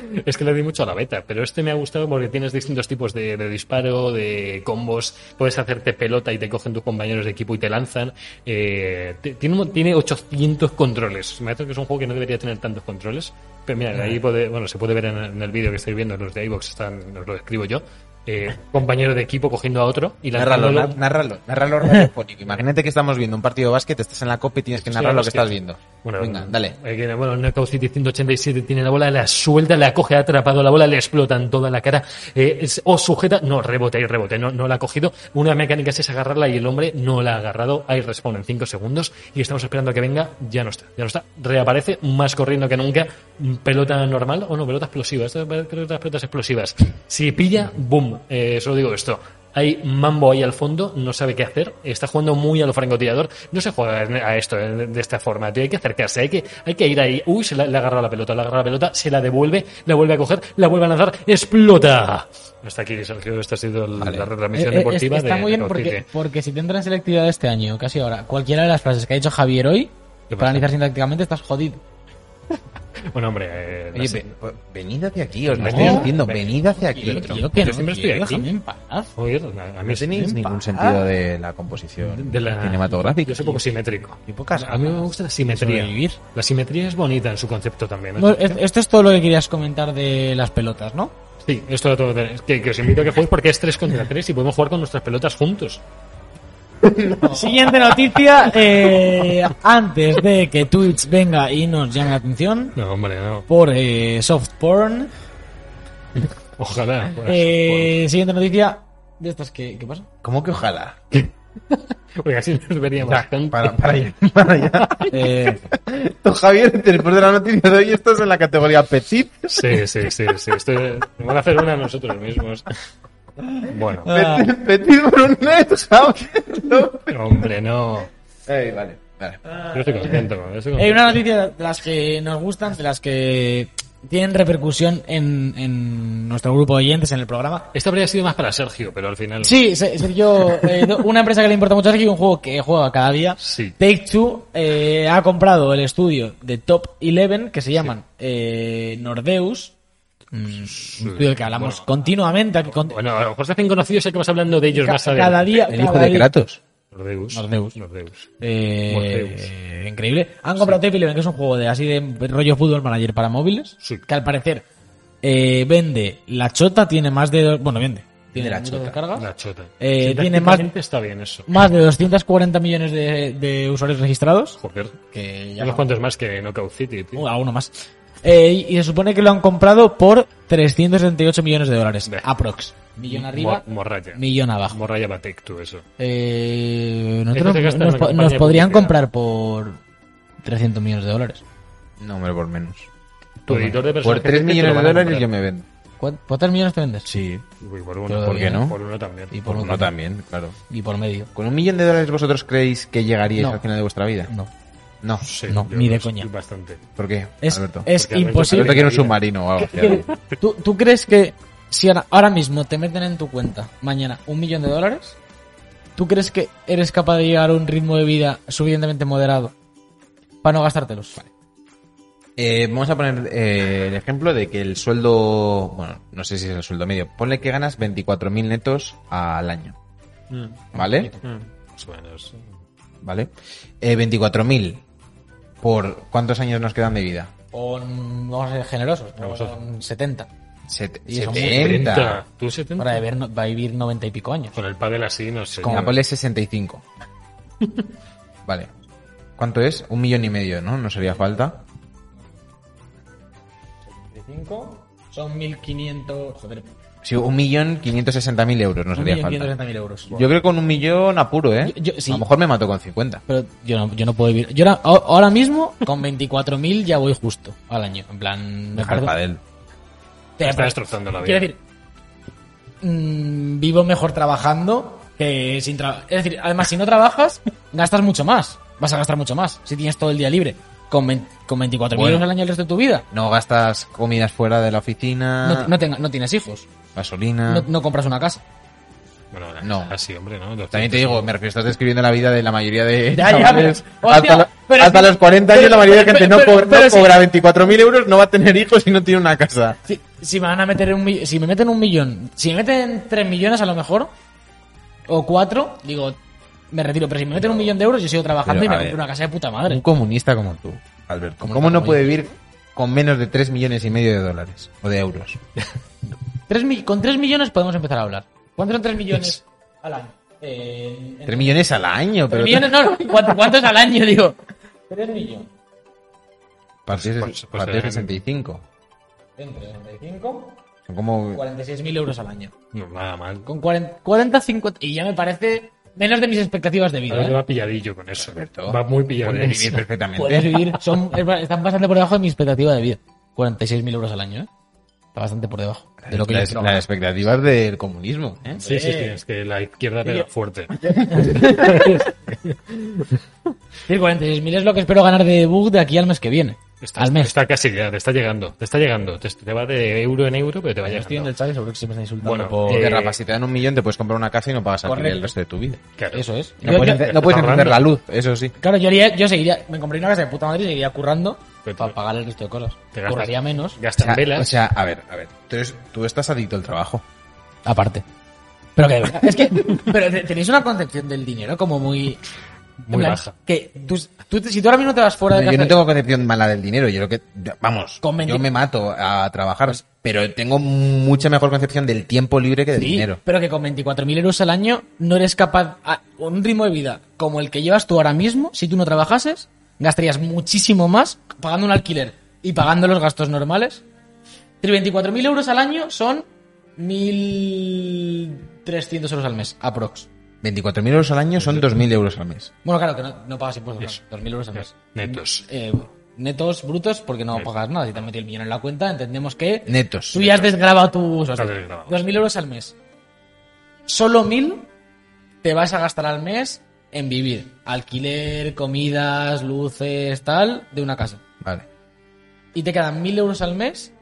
A: es que le di mucho a la beta, pero este me ha gustado porque tienes distintos tipos de, de disparo, de combos, puedes hacerte pelota y te cogen tus compañeros de equipo y te lanzan. Eh, t- tiene, un- tiene 800 controles. Me parece que es un juego que no debería tener tantos controles. Pero mira, ahí puede, bueno, se puede ver en, en el vídeo que estáis viendo, los de iVox están, os lo escribo yo. eh, compañero de equipo cogiendo a otro y
B: Narralo,
A: lanzándolo.
B: na- narralo, narralo radiofónico. Imagínate que estamos viendo un partido de básquet, estás en la copa y tienes que
A: Sí,
B: narrar lo que
A: básquet.
B: estás viendo.
A: Bueno,
B: Venga, dale.
A: eh, que, Bueno, el Knockout City 187 tiene la bola, la suelta, la coge, ha atrapado la bola, le explotan toda la cara. eh, es- o sujeta, no, rebote, y rebote, no, no la ha cogido. Una mecánica es agarrarla y el hombre no la ha agarrado. Ahí responde en 5 segundos y estamos esperando a que venga. Ya no está, ya no está. Reaparece, más corriendo que nunca. mm, Pelota normal o no, pelota explosiva. Esto es pelotas, pelotas explosivas. Si pilla, boom. Eh, solo digo esto. Hay mambo ahí al fondo, no sabe qué hacer, está jugando muy a lo francotirador. No se juega a esto eh, de esta forma, tío. Hay que acercarse, hay que, hay que ir ahí. Uy, se la, le agarra la pelota, le agarra la pelota, se la devuelve, la vuelve a coger, la vuelve a lanzar, ¡explota! Hasta aquí, Sergio, esta ha sido el- la retransmisión
C: Eh, eh,
A: deportiva
C: es- está
A: de
C: muy bien
A: Knockout
C: porque,
A: City.
C: porque si te entra en selectividad este año, casi ahora, cualquiera de las frases que ha dicho Javier hoy,
A: ¿Qué
C: para
A: pasa?
C: analizar sintácticamente, estás jodido.
A: Bueno, hombre, eh, no
B: Oye,
A: sé.
B: ve- pues, venid hacia aquí, os lo
A: No.
B: estoy diciendo,
A: Ve-
B: venid hacia aquí.
C: Tío, tío, que
A: Yo siempre
C: no, tío,
A: estoy aquí.
C: déjame en paz.
A: Joder, a a mí
B: No
A: es
B: tenéis ningún sentido de la composición
A: de la-
B: cinematográfica.
A: Yo soy poco simétrico.
B: Y pocas
A: A mí me gusta la simetría.
C: Sobrevivir.
A: La simetría es bonita en su concepto también. ¿no?
C: No, es- esto es todo lo que querías comentar de las pelotas, ¿no?
A: Sí, esto lo tengo que tener. Que, que os invito a que juguéis porque es 3 contra 3 y podemos jugar con nuestras pelotas juntos.
C: Siguiente noticia. eh, antes de que Twitch venga y nos llame la atención
A: No, hombre, no.
C: por eh, soft porn.
A: Ojalá. Pues,
C: eh, siguiente noticia. De estas que. ¿Qué pasa?
B: ¿Cómo que ojalá?
A: pues, Porque así nos veríamos bastante.
B: Para, para allá, para allá.
C: Eh,
B: Tú, Javier, después de la noticia de hoy, estás en la categoría petit.
A: Sí, sí, sí. sí. Esto, vamos a hacer una nosotros mismos. Bueno,
C: ah,
B: Petit- Petit Brunet, Javier. No.
A: hombre, no.
B: Ey, vale, vale.
A: Yo estoy contento. Yo estoy
C: eh,
A: contento.
C: una noticia de las que nos gustan, de las que tienen repercusión en, en nuestro grupo de oyentes, en el programa.
A: Esta habría sido más para Sergio, pero al final.
C: Sí, Se- Sergio, eh, do- una empresa que le importa mucho a Sergio, un juego que juega cada día.
A: Sí.
C: Take Two eh, ha comprado el estudio de Top 11 que se llaman eh, Nordeus. mm, Un estudio del que hablamos
A: Bueno.
C: continuamente. aquí con-
A: Bueno, a lo mejor se hacen conocidos y acabas hablando de ellos
C: ca-
A: más adelante.
C: cada día.
B: El hijo
C: cada
B: de
C: día-
B: Kratos.
A: Nordeus.
C: Nordeus.
A: Nordeus.
C: Eh,
A: Morpheus.
C: increíble. Han comprado Tape Eleven, que es un juego de así de rollo fútbol manager para móviles.
A: Sí.
C: Que al parecer eh, vende la chota, tiene más de. Bueno, vende. Tiene
B: la
C: un montón de
B: chota.
C: descargas.
A: La chota.
C: Eh,
A: Ah. Sí,
C: tiene más-
A: tácticamente está bien eso.
C: Más de 240 millones de, de usuarios registrados.
A: Joder.
C: Que ya
A: Unos cuantos más que Knockout City, tío.
C: Uh, a uno más. Eh, y, y se supone que lo han comprado por 378 millones de dólares.
A: Ve.
C: Aprox. Millón arriba,
A: Mor- morralla.
C: millón abajo.
A: Morralla Batek, tú, eso.
C: Eh,
A: Esto
C: nosotros-
A: se gasta en
C: nos,
A: una
C: po-
A: campaña
C: nos
A: de
C: podrían
A: publicidad.
C: comprar por 300 millones de dólares.
B: No, hombre, por menos.
A: Tu editor de
B: Por
A: personajes
B: 3
A: te lo
B: millones de
A: van a
B: dólares
A: comprar.
B: yo me vendo.
C: ¿Cuán- ¿Cuántos millones te vendes?
B: Sí.
A: Uy, por uno,
C: Pero
A: por
C: ¿por qué
A: uno,
B: no?
A: Por uno también.
C: Y por
B: Por uno también, claro.
C: Y por medio.
B: ¿Con un millón de dólares vosotros creéis que llegaríais
C: No.
B: al final de vuestra vida?
C: No.
B: No.
A: Sí,
C: No,
A: yo
C: ni de
A: los-
C: coña.
A: Bastante.
B: ¿Por qué,
C: Es,
B: Alberto?
C: es
A: Porque Alberto-
B: Alberto
C: imposible.
B: quiere un submarino o algo.
C: ¿Qué- ¿Tú, tú crees que si ahora, ahora mismo te meten en tu cuenta mañana un millón de dólares, ¿tú crees que eres capaz de llegar a un ritmo de vida suficientemente moderado para no gastártelos?
B: Eh, vamos a poner eh, el ejemplo de que el sueldo, bueno, no sé si es el sueldo medio, ponle que ganas 24.000 netos al año,
C: Mm,
B: ¿vale?
A: Más o menos.
B: ¿Vale? Eh, 24.000 por ¿cuántos años nos quedan de vida?
C: Con, vamos a ser generosos, pero
A: Vamos a-
C: con 70.
B: Set-
C: Y son
B: 70.
A: 30. ¿Tú 70?
C: Para vivir, no- va a vivir 90 y pico años.
A: Con el pádel así, no sé.
B: Como
A: Ya.
B: ponle 65. vale. ¿Cuánto es? Un millón y medio, ¿no? No sería falta.
C: 75 son 1.500... Joder,
B: Sí, un millón 560.000 euros no sería falta.
C: 1.530.000 euros.
B: Yo creo que con un millón apuro, ¿eh?
C: Yo- yo- sí.
B: A lo mejor me mato con 50.
C: Pero yo no, yo no puedo vivir. Yo ahora, ahora- ahora mismo, con 24.000 ya voy justo al año. En plan, me
B: Deja el
C: parece-
B: pádel.
A: Te está destrozando la vida.
C: Quiero decir, mm, vivo mejor trabajando que sin trabajar. Es decir, además, si no trabajas, gastas mucho más. Vas a gastar mucho más si tienes todo el día libre. Con, vein- con 24.000
B: Bueno.
C: euros al año el resto de tu vida.
B: No gastas comidas fuera de la oficina.
C: No, no tenga- no tienes hijos.
B: gasolina.
C: No, no compras una casa.
A: Bueno,
B: No.
A: así, hombre, ¿no?
B: También te digo, me refiero, estás describiendo la vida de la mayoría de
C: Ya, ya,
B: chavales.
C: pero-
B: hasta
C: hostia,
B: lo-
C: pero
B: hasta
C: sí.
B: los 40 años
C: Pero-
B: la mayoría de
C: pero-
B: gente no,
C: pero-
B: cobra,
C: pero
B: no
C: sí.
B: cobra 24.000 euros, no va a tener hijos y no tiene una casa.
C: Si, si me van a meter un mi- si me meten un millón, si me meten tres millones a lo mejor, o cuatro, digo, me retiro. Pero si me meten un millón de euros, yo sigo trabajando
B: Pero,
C: y me
B: a
C: compro
B: ver.
C: una casa de puta
B: Un
C: madre.
B: comunista como tú, Alberto. ¿Cómo,
C: está
B: no
C: muy
B: puede vivir con menos de 3 millones y medio de dólares o de euros.
C: Tres mi- con 3 millones podemos empezar a hablar. ¿Cuántos son 3 millones al año? Eh, en-
B: 3 millones al año, pero.
C: ¿Tres millones? No, no, ¿cuánto- ¿cuántos al año, digo? 3 millones.
B: Partidos,
A: Pues- pues,
B: partidos
A: eh,
B: 65.
C: Entre 65,
B: Son como.
C: 46.000 euros al año.
A: No, nada mal.
C: Con 40, 40, 50... Y ya me parece menos de mis expectativas de vida.
A: Ahora
C: ¿eh?
A: va pilladillo con eso.
B: Alberto,
A: va muy
B: Pueden
A: pilladillo.
B: vivir perfectamente.
C: Puedes vivir... Son, es ba- están bastante por debajo de mi expectativa de vida. 46.000 euros al año, ¿eh? Está bastante por debajo de lo que yo
B: las,
C: espero.
B: las expectativas del comunismo. ¿eh?
A: Sí, sí, sí, es que la izquierda pega fuerte.
C: Sí, 46.000 es lo que espero ganar de bug de aquí al mes que viene.
A: Está,
C: al mes.
A: está casi ya, te está llegando, te está llegando. Te, te va de euro en euro, pero te va
C: Yo estoy en
A: llegando.
C: el chat y seguro que se me están insultando pues,
A: Bueno,
C: por...
A: eh,
B: Te recapacitan un millón, te puedes comprar una casa y no pagas alquiler
C: Correcto.
B: el resto de tu vida.
A: Claro.
C: Eso es.
B: No
C: Yo-
B: puedes,
C: yo-
B: encender- no puedes
A: ahorrando.
B: encender la luz, eso sí.
C: Claro, yo, haría, yo seguiría, me compraría una casa de puta madre y seguiría currando
A: Pero
C: para
A: tú-
C: pagar el resto de cosas.
A: Te gastas-
C: Curraría menos,
B: O
A: Gastan
B: sea,
A: velas.
B: o sea, a ver, a ver. Tú, eres- tú estás adicto al trabajo.
C: aparte. Pero que de verdad, es que pero te- tenéis una concepción del dinero como muy...
A: Muy
C: en plan,
A: baja.
C: Que tú, tú- si tú ahora mismo te vas fuera de casa...
B: Yo no tengo concepción mala del dinero. Yo lo que. Vamos,
C: Con veinti-
B: yo me mato a trabajar. Pero tengo mucha mejor concepción del tiempo libre que del
C: Sí,
B: dinero.
C: pero que con 24.000 euros al año no eres capaz... a- con un ritmo de vida como el que llevas tú ahora mismo, si tú no trabajases, gastarías muchísimo más pagando un alquiler y pagando los gastos normales. Pero 24.000 euros al año son 1.300 euros al mes, aprox.
B: 24.000 euros al año son 2.000 euros al mes.
C: Bueno, claro que no, no pagas impuestos,
A: Eso.
C: claro, 2.000 euros al mes.
A: Netos.
C: Eh, netos, brutos, porque no pagas nada. Si te han metido el millón en la cuenta, entendemos que...
B: Netos.
C: Tú ya has desgrabado tus...
A: Has desgravado.
C: 2.000 euros al mes. Solo 1.000 te vas a gastar al mes en vivir. Alquiler, comidas, luces, tal, de una casa.
B: Vale.
C: Y te quedan 1.000 euros al mes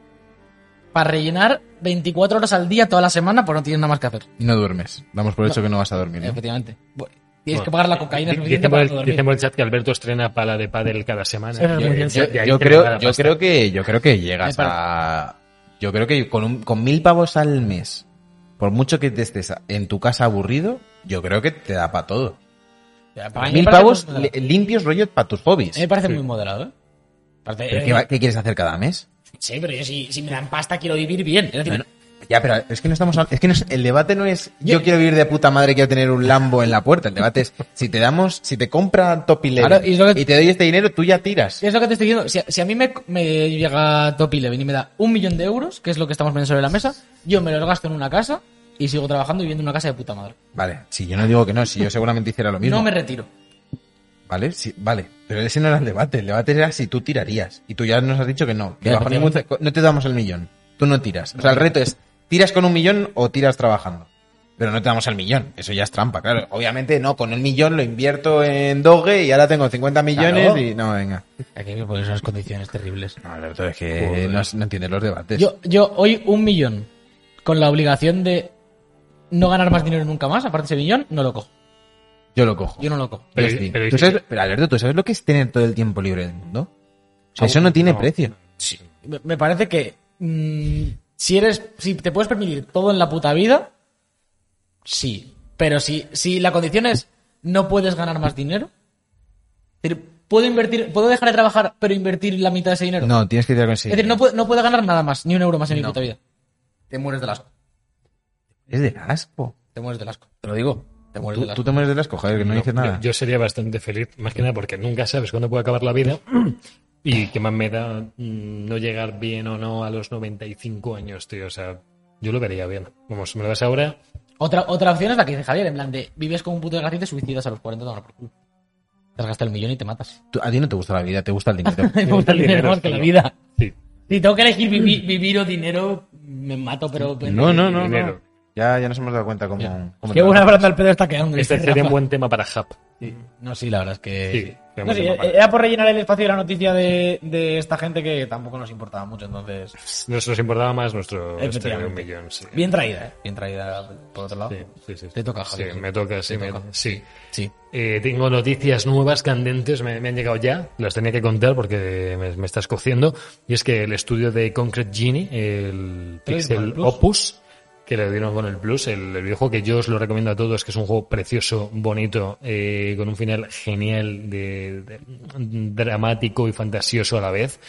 C: para rellenar 24 horas al día toda la semana porque no tienes nada más que hacer.
B: Y no duermes. Damos por hecho que no vas a dormir. ¿no?
C: Efectivamente. Bueno, tienes
A: Bueno,
C: que
B: eh,
C: pagar la cocaína
A: di-
C: suficiente
A: Dicen por
C: para
A: el,
C: no dormir.
A: dicen por el chat que Alberto estrena pala de pádel cada semana.
C: Sí, eso es muy bien.
A: de ahí te llega
B: Yo, yo creo,
A: la
B: yo
A: pasta.
B: creo que yo creo que llegas
C: Me parece.
B: a yo creo que con, un- con mil pavos al mes, por mucho que te estés en tu casa aburrido, yo creo que te da para todo.
C: Ya, para mí me
B: mil
C: parece
B: pavos
C: muy moderado.
B: li- limpios rollo para tus hobbies.
C: A mí me parece muy moderado, ¿eh? Aparte,
B: ¿Pero
C: eh,
B: qué, va- qué quieres hacer cada mes?
C: Sí, pero yo si, si me dan pasta quiero vivir bien. Es decir,
B: Ya, pero es que no estamos hab- es que no es- el debate no es yo
C: Yo-
B: quiero vivir de puta madre quiero tener un Lambo en la puerta. El debate es si te damos si te compra Top Eleven
C: Claro, y es lo que-
B: y te doy este dinero tú ya tiras.
C: es lo que te estoy diciendo. Si, si a mí me, me llega Top Eleven y me da un millón de euros, que es lo que estamos poniendo sobre la mesa, yo me los gasto en una casa y sigo trabajando y viviendo en una casa de puta madre.
B: Vale, si yo no digo que no, si yo seguramente hiciera lo mismo.
C: No me retiro.
B: Vale, sí, vale. Pero ese no era el debate. El debate era si tú tirarías. Y tú ya nos has dicho que no. que
C: Ya,
B: bajo ningún- no te damos el millón. Tú no tiras. O sea, el reto es, ¿tiras con un millón o tiras trabajando? Pero no te damos el millón. Eso ya es trampa, claro. Obviamente no, con el millón lo invierto en Doge y ahora tengo 50 millones
C: Claro.
B: y... No, venga.
C: Hay que poner unas condiciones terribles.
B: No, Alberto, es que no, no entiendes los debates.
C: Yo, yo hoy un millón con la obligación de no ganar más dinero nunca más, aparte de ese millón, no lo cojo.
B: Yo lo cojo.
C: Yo no lo cojo.
A: Pero-
B: Yo sí.
A: pero
B: ¿Tú
A: dices-
B: sabes- pero, Alberto, ¿tú sabes lo que es tener todo el tiempo libre del mundo? O sea, eso no tiene
A: No.
B: precio.
C: Me- Me parece que mm, si eres, si te puedes permitir todo en la puta vida, sí. Pero si, si la condición es no puedes ganar más dinero, es decir, puedo invertir, puedo dejar de trabajar, pero invertir la mitad de ese dinero.
B: No, tienes que tirar con
C: es decir, no puedo, no puedo ganar nada más, ni un euro más en mi
B: No.
C: puta vida. Te mueres del asco.
B: Es de asco.
C: Te mueres del asco. Te lo digo. Te mueres
B: Tú,
C: del
B: tú
C: asco.
B: te mueres de las cojas, que no, dices nada.
A: Yo, yo sería bastante feliz, más que nada porque nunca sabes cuándo puede acabar la vida y qué más me da mm, no llegar bien o no a los 95 años, tío. O sea, yo lo vería bien. Vamos, me lo das ahora.
C: Otra, otra opción es la que dice Javier, en plan de vives con un puto desgraciado y te suicidas a los 40 tomar por culo. Te has gastado el millón y te matas.
B: Tú- a ti no te gusta la vida, te gusta el dinero.
C: Me gusta
A: eh,
C: el dinero más que la
A: tío.
C: vida.
A: Sí.
C: Si tengo que elegir vivi- vivir o dinero, me mato, pero. pues
B: no, no, no.
A: Dinero.
B: no. Ya, ya nos hemos dado cuenta cómo. cómo Ah,
C: Qué
B: trabaja.
C: buena brata al pedo está quedando.
A: Este
C: dice
A: sería un
C: Rafa.
A: buen tema para Hub.
C: No, sí, la verdad es que.
A: Sí,
C: sí.
A: sería un
C: No,
A: buen
C: sí,
A: tema
C: eh,
A: para-
C: era por rellenar el espacio de la noticia de, de esta gente que tampoco nos importaba mucho, entonces.
A: Nos, nos importaba más nuestro este de Este un
C: Efectivamente.
A: millón. Sí.
C: Bien traída, ¿eh? Bien traída, por otro lado.
A: Sí, sí, sí.
C: Te toca,
A: Sí,
C: Javier.
A: me toca, sí. me- sí.
C: Sí.
A: Eh, tengo noticias nuevas, candentes, me, me han llegado ya, las tenía que contar porque me, me estás cociendo. Y es que el estudio de Concrete Genie, el
C: Tres
A: Pixel
C: Plus.
A: Opus, que le dieron con el Plus, el, el videojuego que yo os lo recomiendo a todos, que es un juego precioso, bonito, eh, con un final genial, de, de- dramático y fantasioso a la vez.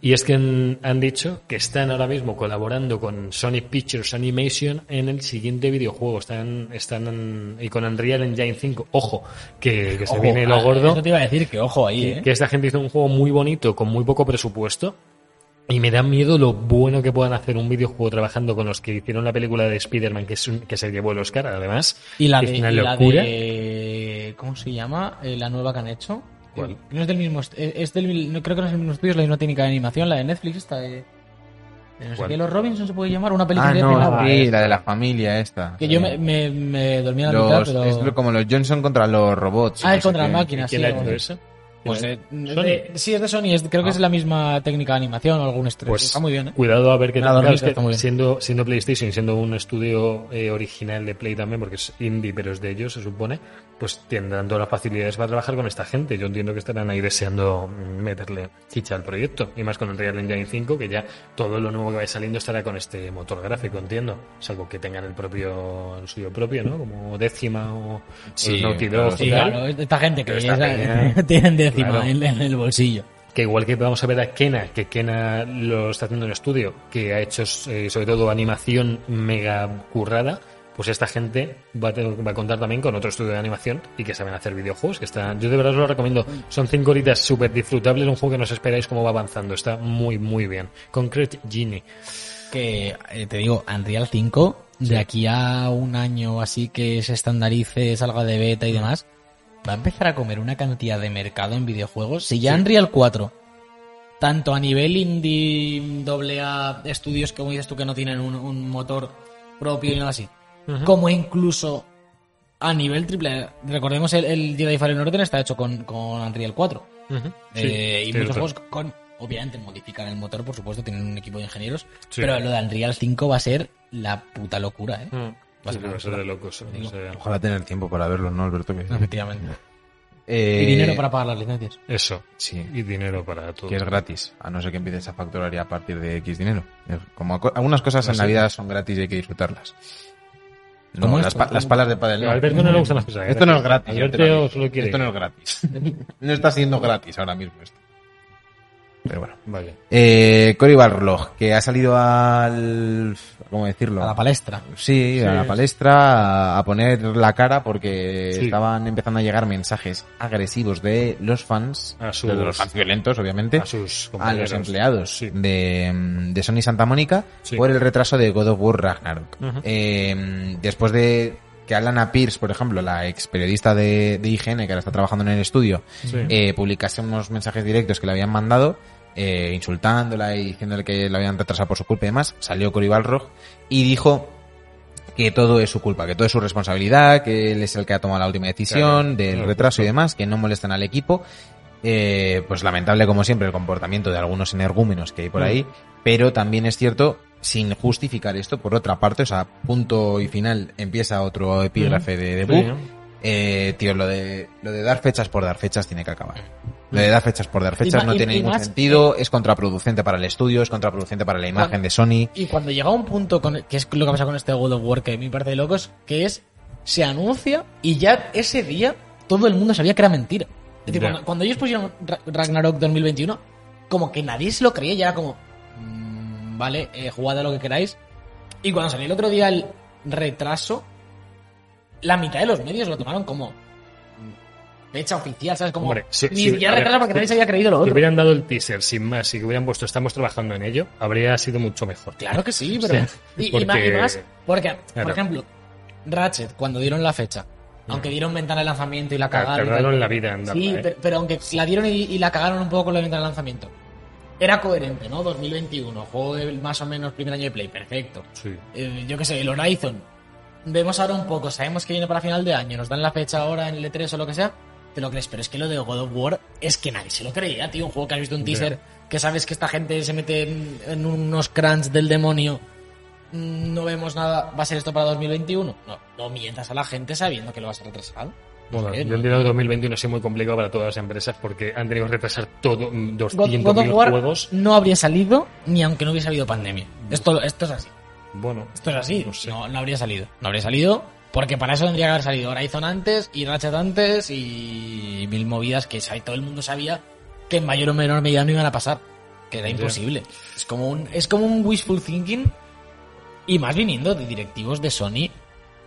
A: Y es que han, han dicho que están ahora mismo colaborando con Sony Pictures Animation en el siguiente videojuego. Están, están en- y con Unreal Engine 5. Ojo, que, que se
C: Ojo,
A: viene
C: ah,
A: lo gordo
C: Eso te iba a decir que ojo ahí,
A: que-
C: ¿eh?
A: que esta gente hizo un juego muy bonito con muy poco presupuesto y me da miedo lo bueno que puedan hacer un videojuego trabajando con los que hicieron la película de Spider-Man que, es un- que se llevó el Oscar además
C: Y la
A: que
C: de,
A: es una
C: y la
A: locura
C: de- ¿Cómo se llama? Eh, la nueva que han hecho.
A: ¿Cuál?
C: No es del mismo. est- eh, Es del, no, creo que no es del mismo estudio, es la misma técnica de animación, la de Netflix, esta de. de no sé
A: ¿Cuál?
C: qué, los Robinson se puede llamar, una película
B: Ah,
C: de
B: no,
C: animación.
B: sí, la de la familia esta.
C: Que yo me, me, me dormí a la mitad,
B: Los-
C: pero.
B: Es lo- como los Johnson contra los robots.
C: ah,
B: no
C: es
B: sé
C: contra
B: qué.
C: la
A: ¿Y
C: máquina, sí.
A: quién la
C: algo
A: hizo
C: así.
A: eso?
C: Pues
A: ¿Quién la-
C: de- de-
A: Sony. Ah.
C: sí, es de Sony, es- creo que es la misma técnica de animación o algún estrés.
A: Pues
C: está muy bien, ¿eh?
A: cuidado a ver qué
C: Me la
A: tal.
C: dormí,
A: Claro, es que
C: está muy bien.
A: siendo, siendo PlayStation y siendo un estudio eh, original de Play también, porque es indie, pero es de ellos, se supone, pues tendrán todas las facilidades para trabajar con esta gente. Yo entiendo que estarán ahí deseando mm, meterle chicha al proyecto. Y más con el Real Engine 5, que ya todo lo nuevo que vaya saliendo estará con este motor gráfico, entiendo. Salvo que tengan el propio, el suyo propio, ¿no? Como décima o, o
B: Sí,
A: Naughty
B: claro,
A: Dog
B: sí,
C: Sí,
A: y tal.
C: claro, esta gente que
A: Pero esta
C: es-
A: peña-
C: tienen décima
A: Claro.
C: en, en el bolsillo.
A: Que igual que vamos a ver a Kena, que Kena lo está haciendo en el estudio, que ha hecho eh, sobre todo animación mega currada, pues esta gente va a, tener- va a contar también con otro estudio de animación y que saben hacer videojuegos. que está Yo de verdad os lo recomiendo. Son cinco horitas súper disfrutables, un juego que no os esperáis cómo va avanzando. Está muy, muy bien. Concrete Genie.
C: que eh, te digo, Unreal 5, de aquí a un año así que se estandarice, salga de beta y demás, va a empezar a comer una cantidad de mercado en videojuegos. Si ya Unreal 4, tanto a nivel indie, doble A, estudios que como dices tú que no tienen un, un motor propio y nada así, como incluso a nivel triple, A. recordemos el, el Jedi Fallen Order está hecho con, con Unreal 4. Eh, y muchos juegos con, obviamente, modifican el motor, por supuesto, tienen un equipo de ingenieros.
A: Sí.
C: Pero lo de Unreal 5 va a ser la puta locura, ¿eh?
A: Mm. Sí, va a ser de locos. o sea,
B: Ojalá tener tiempo para verlo, ¿no, Alberto? Que-
C: Efectivamente.
B: Eh,
C: Y dinero para pagar las licencias.
A: eso.
B: Sí.
A: Y dinero para todo.
B: que es gratis, a no ser que empieces a facturar ya a partir de X dinero. Es Como co- algunas cosas en la vida son gratis y hay que disfrutarlas. No,
C: ¿Cómo
B: las,
C: esto?
B: pa- las palas de padel.
A: A Alberto no le gustan las cosas
B: Esto no es gratis.
A: Alberto
B: te lo digo.
A: solo quiere-
B: Esto no es gratis. no está siendo gratis ahora mismo esto. Pero bueno.
A: Vale.
B: Eh, Cory Barlog, que ha salido al... ¿Cómo decirlo?
C: A la palestra.
B: Sí, a la palestra, a- a poner la cara porque
A: Sí.
B: estaban empezando a llegar mensajes agresivos de los fans,
A: A sus-
B: de los fans violentos, obviamente,
A: A sus
B: a ¿Eh? Ah, los
A: compañeros.
B: empleados
A: Sí.
B: de, mm, de Sony Santa Mónica
A: Sí.
B: por el retraso de God of War Ragnarok.
A: Ujú.
B: Eh, después de que Alana Pierce, por ejemplo, la ex periodista de, de IGN, que ahora está trabajando en el estudio,
A: Sí.
B: eh, publicase unos mensajes directos que le habían mandado, eh, insultándola y diciéndole que la habían retrasado por su culpa y demás, salió Cory Balrog y dijo que todo es su culpa, que todo es su responsabilidad, que él es el que ha tomado la última decisión
A: Claro,
B: del
A: claro,
B: retraso y
A: justo.
B: demás, que no molestan al equipo. Eh, pues lamentable como siempre el comportamiento de algunos energúmenos que hay por
A: Mm.
B: ahí, pero también es cierto, sin justificar esto, por otra parte, o sea, punto y final, empieza otro epígrafe de
A: Sí,
B: debut,
A: ¿no?
B: eh, tío, lo de, lo de dar fechas por dar fechas tiene que acabar. Lo de dar fechas por dar fechas
C: Y ma-
B: no
C: y-
B: tiene
C: y
B: ningún
C: más,
B: sentido, es contraproducente para el estudio, es contraproducente para la imagen de Sony.
C: Y cuando llega un punto, con, que es lo que pasa con este God of War, que me parece de locos, que es, se anuncia y ya ese día todo el mundo sabía que era mentira. Es decir,
A: Ya.
C: cuando, cuando ellos pusieron Ra- Ragnarok 2021, como que nadie se lo creía, ya era como, "Mm, vale, eh, jugad a lo que queráis. Y cuando salió el otro día el retraso, la mitad de los medios lo tomaron como mm, fecha oficial, ¿sabes? Como,
A: Hombre, sí,
C: ni
A: sí,
C: siquiera
A: a ver,
C: retraso porque
A: sí.
C: nadie se había creído lo
A: Si
C: otro.
A: hubieran dado el teaser sin más y que hubieran puesto estamos trabajando en ello, habría sido mucho mejor.
C: Claro que sí, pero.
A: O sea,
C: y, y
A: porque-
C: más, y más, porque,
A: Claro.
C: por ejemplo, Ratchet, cuando dieron la fecha, aunque dieron ventana de lanzamiento y la
A: Ca-
C: cagaron. y
A: Ah, Tardaron
C: tal,
A: la vida en darla,
C: sí,
A: ¿eh?
C: pero, pero aunque la dieron y, y la cagaron un poco con la ventana de lanzamiento. Era coherente, ¿no? 2021, juego de más o menos primer año de play, perfecto.
A: Sí.
C: Eh, yo qué sé, el Horizon. Vemos ahora un poco, sabemos que viene para final de año, nos dan la fecha ahora en el E3 o lo que sea, te lo crees, pero es que lo de God of War es que nadie se lo creía, tío. Un juego que has visto un
A: Ya.
C: teaser, que sabes que esta gente se mete en, en unos crunch del demonio, Mm, no vemos nada, va a ser esto para 2021. No, no mientas a la gente sabiendo que lo vas a retrasar.
A: Bueno,
C: Joder,
A: yo
C: ¿no?
A: entiendo que 2021 ha sido muy complicado para todas las empresas porque han tenido que retrasar todo mm,
C: God, God of
A: 200.000
C: War
A: juegos.
C: no habría salido ni aunque no hubiese habido pandemia. Esto, esto es así.
A: Bueno,
C: Esto es así.
A: No sé.
C: No, no habría salido. No habría salido. Porque para eso tendría que haber salido Horizon antes y Ratchet antes y mil movidas que sa- todo el mundo sabía que en mayor o menor medida no iban a pasar. Que era
A: Ya.
C: imposible. Es como un, es como un wishful thinking y más viniendo de directivos de Sony.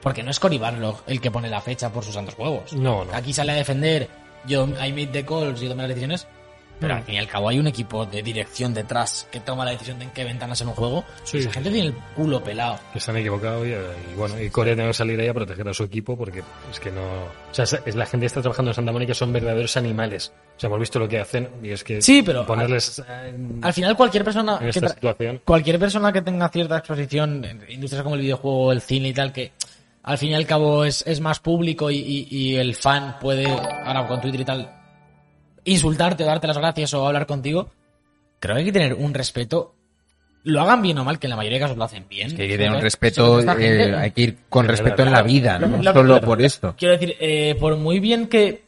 C: Porque no es Cory Barlog el que pone la fecha por sus santos juegos.
A: No, no.
C: Aquí sale a defender, yo I made the calls, yo tomé las decisiones. Pero
A: Mm.
C: al fin y al cabo hay un equipo de dirección detrás que toma la decisión de en qué ventanas en un juego.
A: Sí.
C: Esa gente tiene el culo pelado.
A: se han equivocado y, eh, y bueno, y Corea tiene que salir ahí a proteger a su equipo porque es que no... O sea, es- es la gente que está trabajando en Santa Mónica son verdaderos animales. O sea, hemos visto lo que hacen y es que
C: Sí, pero-
A: ponerles eh, en,
C: Al final cualquier persona
A: en
C: que
A: esta
C: tra-
A: situación...
C: cualquier persona que tenga cierta exposición en industrias como el videojuego, el cine y tal, que al fin y al cabo es, es más público y, y- y el fan puede, ahora con Twitter y tal, insultarte, o darte las gracias o hablar contigo, creo que hay que tener un respeto. Lo hagan bien o mal, que en la mayoría de casos lo hacen bien.
B: Que hay que tener un
C: Sobre-
B: respeto,
C: sobre esta gente,
B: eh, hay que ir con
A: Claro,
B: respeto en la
A: claro.
B: vida, no
C: Lo-
B: solo
C: claro.
B: por esto.
C: Quiero decir, eh, por muy bien que,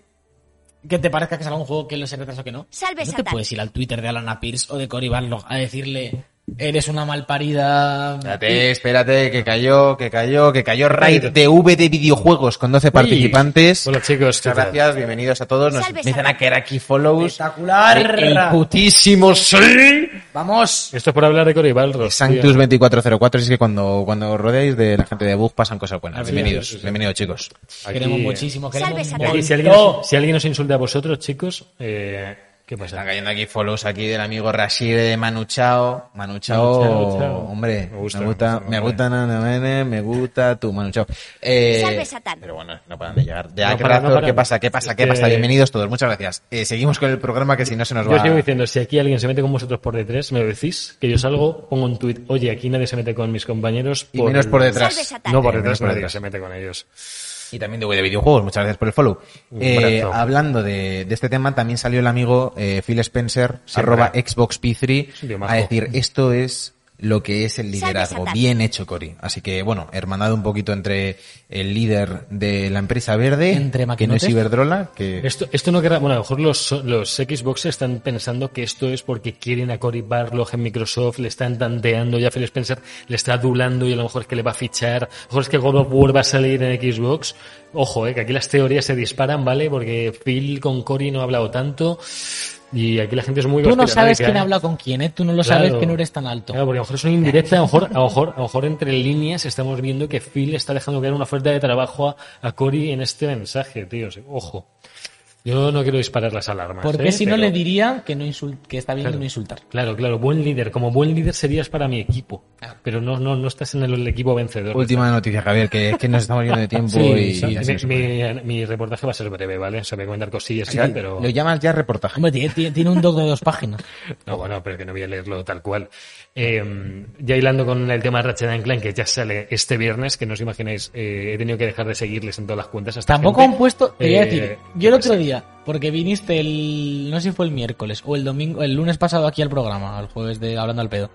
C: que te parezca que salga un juego que lo se retrasa o que no,
D: Salve,
C: no te
D: Satán.
C: puedes ir al Twitter de Alana Pierce o de Cory Barlog a decirle eres una malparida.
B: Espérate, espérate, que cayó, que cayó, que cayó Raid TV de videojuegos con 12 participantes.
A: Hola chicos, ¿qué
B: Muchas
A: tal?
B: gracias, bienvenidos a todos. Nos
D: Salve,
B: empiezan
D: salve.
B: a caer aquí follows.
C: Espectacular.
B: El putísimo sí.
C: Vamos.
A: Esto es por hablar de Corea y Balros,
B: Sanctus
A: tío.
B: 2404, es que cuando, cuando rodeáis de la gente de Bug pasan cosas buenas.
C: Así
B: bienvenidos,
A: es, sí, sí.
B: bienvenidos chicos.
A: Aquí,
C: queremos
A: eh,
C: muchísimo. Queremos
D: Salve,
C: un
A: y
D: Satán.
A: aquí, si,
C: montón.
A: alguien, os- si alguien nos insulta a vosotros, chicos, eh, ¿qué
B: Están
A: pasa?
B: cayendo aquí follows aquí del amigo Rashid de Manu Chao. Manu Chao,
A: Manu Chao.
B: hombre,
A: Me
B: me
A: gusta,
B: gusta,
A: me
B: me
A: gusta,
B: gusta,
A: hombre.
B: Nana Mene, me gusta tu Manu Chao. Eh,
D: Salve, Satán.
B: Pero bueno, no paran de llegar. Ya,
A: No
B: ¿qué,
A: paran,
B: pasa?
A: no paran. Eh,
B: ¿qué pasa? ¿Qué pasa? ¿Qué
A: Es que-
B: pasa? Bienvenidos todos, muchas gracias. Eh, seguimos con el programa que si no se nos
A: Yo
B: va.
A: os sigo diciendo, si aquí alguien se mete con vosotros por detrás, me lo decís, que yo salgo, pongo un tuit, oye, aquí nadie se mete con mis compañeros.
B: Y menos por detrás.
D: Salve, Satán.
A: No, por
B: Y menos
A: detrás
B: por
A: nadie
B: detrás.
A: se mete con ellos.
B: Y también de de videojuegos, muchas gracias por el follow.
A: Un
B: Eh,
A: abrazo.
B: hablando de, de este tema, también salió el amigo eh, Phil Spencer,
A: Siempre.
B: arroba Xbox P3,
A: Biomajo.
B: a decir, esto es lo que es el
D: Salve,
B: liderazgo.
D: Satán.
B: Bien hecho, Cory. Así que, bueno, hermanado un poquito entre el líder de la empresa verde,
C: Entre
B: que no es
C: maquinotes.
B: Iberdrola, que...
A: Esto, esto no querrá, bueno, a lo mejor los, los Xbox están pensando que esto es porque quieren a Cory Barlog en Microsoft, le están tanteando ya Phil Spencer, le está adulando y a lo mejor es que le va a fichar, a lo mejor es que God of War va a salir en Xbox. Ojo, eh, que aquí las teorías se disparan, ¿vale? Porque Phil con Cory no ha hablado tanto y aquí la gente es muy
C: Tú no
A: conspiranoica,
C: sabes quién
A: ¿eh?
C: ha hablado con quién, ¿eh? Tú no lo
A: Claro.
C: sabes que no eres tan alto.
A: Claro, porque a lo mejor es una indirecta, a lo mejor, a lo mejor, a lo mejor entre líneas estamos viendo que Phil está dejando caer una oferta de trabajo a, a Cory en este mensaje, tío. Sí, Ojo. Yo no quiero disparar las alarmas.
C: Porque
A: ¿eh?
C: si no
A: Pero-
C: le diría que, no insult que está bien
A: Claro.
C: no insultar.
A: Claro, claro, buen líder. Como buen líder serías para mi equipo. Pero no, no, no estás en el, el equipo vencedor.
B: Última noticia, Javier, que es que nos estamos yendo de tiempo
A: Sí,
B: y...
A: sí,
B: y así no se
A: mi,
B: puede.
A: mi- mi reportaje va a ser breve, ¿vale? O sea, voy a comentar cosillas y
B: Sí,
A: tal, pero.
B: Lo llamas ya reportaje.
C: Hombre, tiene, tiene- tiene un doc de dos páginas.
A: No, bueno, pero que no voy a leerlo tal cual. Eh, ya hilando con el tema de Ratchet and Clank, que ya sale este viernes, que no os imagináis, eh, he tenido que dejar de seguirles en todas las cuentas. Hasta
C: Tampoco han puesto, te voy a
A: eh,
C: decir, yo el otro
A: día
C: día, porque viniste el, no sé si fue el miércoles o el domingo, el lunes pasado aquí al programa, al jueves de Hablando al Pedo,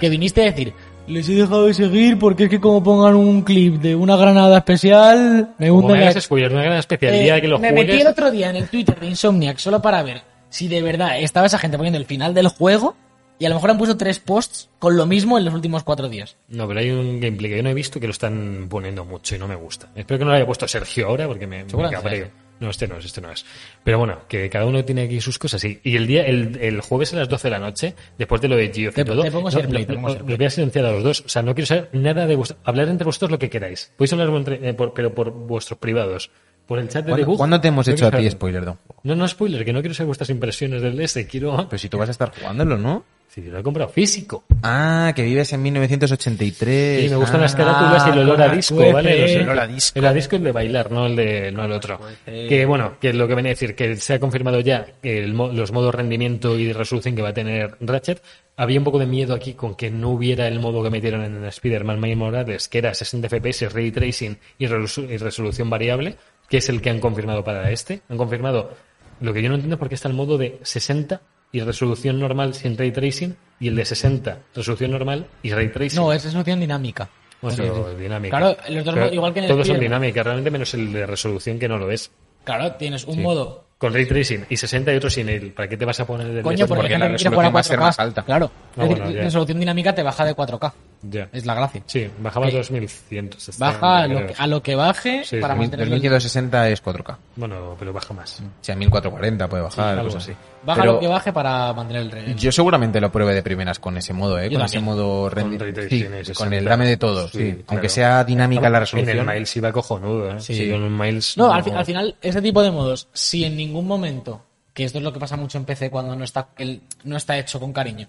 C: que viniste a decir, les he dejado de seguir porque es que como pongan un clip de una granada especial, me
A: Como
C: hunden
A: me hagas
C: la-
A: spoiler, una gran
C: Eh,
A: especialidad que lo
C: me
A: juegues.
C: metí el otro día en el Twitter de Insomniac solo para ver si de verdad estaba esa gente poniendo el final del juego y a lo mejor han puesto tres posts con lo mismo en los últimos cuatro días.
A: No, pero hay un gameplay que yo no he visto que lo están poniendo mucho y no me gusta. Espero que no lo haya puesto Sergio ahora porque me, me
C: Seguramente
A: cabreo.
C: sea
A: No, este no es, este no es. Pero bueno, que cada uno tiene aquí sus cosas. Y, y el día, el, el jueves a las 12 de la noche, después de lo de Geoff y
C: Te-
A: todo,
C: te
A: no,
C: pongo SharePlay,
A: lo-
C: te pongo
A: lo-
C: SharePlay.
A: los voy a silenciar a los dos. O sea, no quiero saber nada de vosotros. Hablar entre vosotros lo que queráis. Podéis hablar entre- eh, por- pero por vuestros privados. Por el chat de
B: ¿Cuándo,
A: debug.
B: cuándo te hemos
A: No
B: hecho a
A: quiero
B: ti
A: saber-
B: spoiler, Don?
A: No, no spoiler, que no quiero saber vuestras impresiones del S. Quiero.
B: Pero si tú vas a estar jugándolo, ¿no?
A: Si lo he comprado físico.
B: Ah, que vives en 1983.
A: Sí, me gustan
B: Ah.
A: las carátulas y el olor a disco,
C: puede
A: ¿vale?
C: ser.
A: Los-
B: El olor a disco.
A: El a disco es el de bailar, no el de no el otro. Que bueno, que lo que venía a decir, que se ha confirmado ya el mo- los modos rendimiento y de resolución que va a tener Ratchet. Había un poco de miedo aquí con que no hubiera el modo que metieron en Spider-Man Miles Morales, que era 60 FPS, ray tracing y, resu- y resolución variable, que es el que han confirmado para este. Han confirmado lo que yo no entiendo es por qué está el modo de 60 y resolución normal sin ray tracing y el de 60 resolución normal y ray tracing.
C: No, es resolución dinámica.
A: Bueno, pero Pues dinámica.
C: Claro, los dos
A: Pero
C: mo- igual que en el
A: Todos son
C: Spider-Man.
A: dinámicas, realmente menos el de resolución que no lo es.
C: Claro, tienes un modo
A: Con ray tracing y 60 y otro sin él. ¿Para qué te vas a poner el
C: Coño, porque,
B: porque
C: la
B: la
C: gente quiere jugar a
B: resolución va a ser más
C: 4K.
B: alta.
C: Claro,
A: Ah,
C: Es decir,
A: bueno, ya.
C: resolución dinámica te baja de 4K.
A: Ya.
C: Es la gracia.
A: Sí, bajaba a
C: Sí.
A: 2100.
C: Baja a lo, que, a lo que baje
A: Sí,
C: para
A: sí.
C: mantener
B: 2160 es 4K.
A: Bueno, pero baja más.
C: Mm.
B: O sea, 1440 puede bajar,
A: Sí, algo
B: cosas
A: así.
B: así.
C: Baja
B: Pero
C: lo que baje para mantener el rey.
B: Yo seguramente lo pruebe de primeras con ese modo, ¿eh?
C: Yo
B: Con ese
C: también.
B: modo rendi-
A: ray tracing
B: sí,
A: y 60.
B: con el dame de todo, sí.
A: Sí,
B: Aunque
A: claro.
B: sea dinámica la resolución.
A: En el Miles iba cojonudo, ¿eh?
C: Sí.
A: Sí, en el Miles.
C: No, al, fi- al final, este tipo de modos, si en ningún momento, que esto es lo que pasa mucho en PC cuando no está, el- no está hecho con cariño,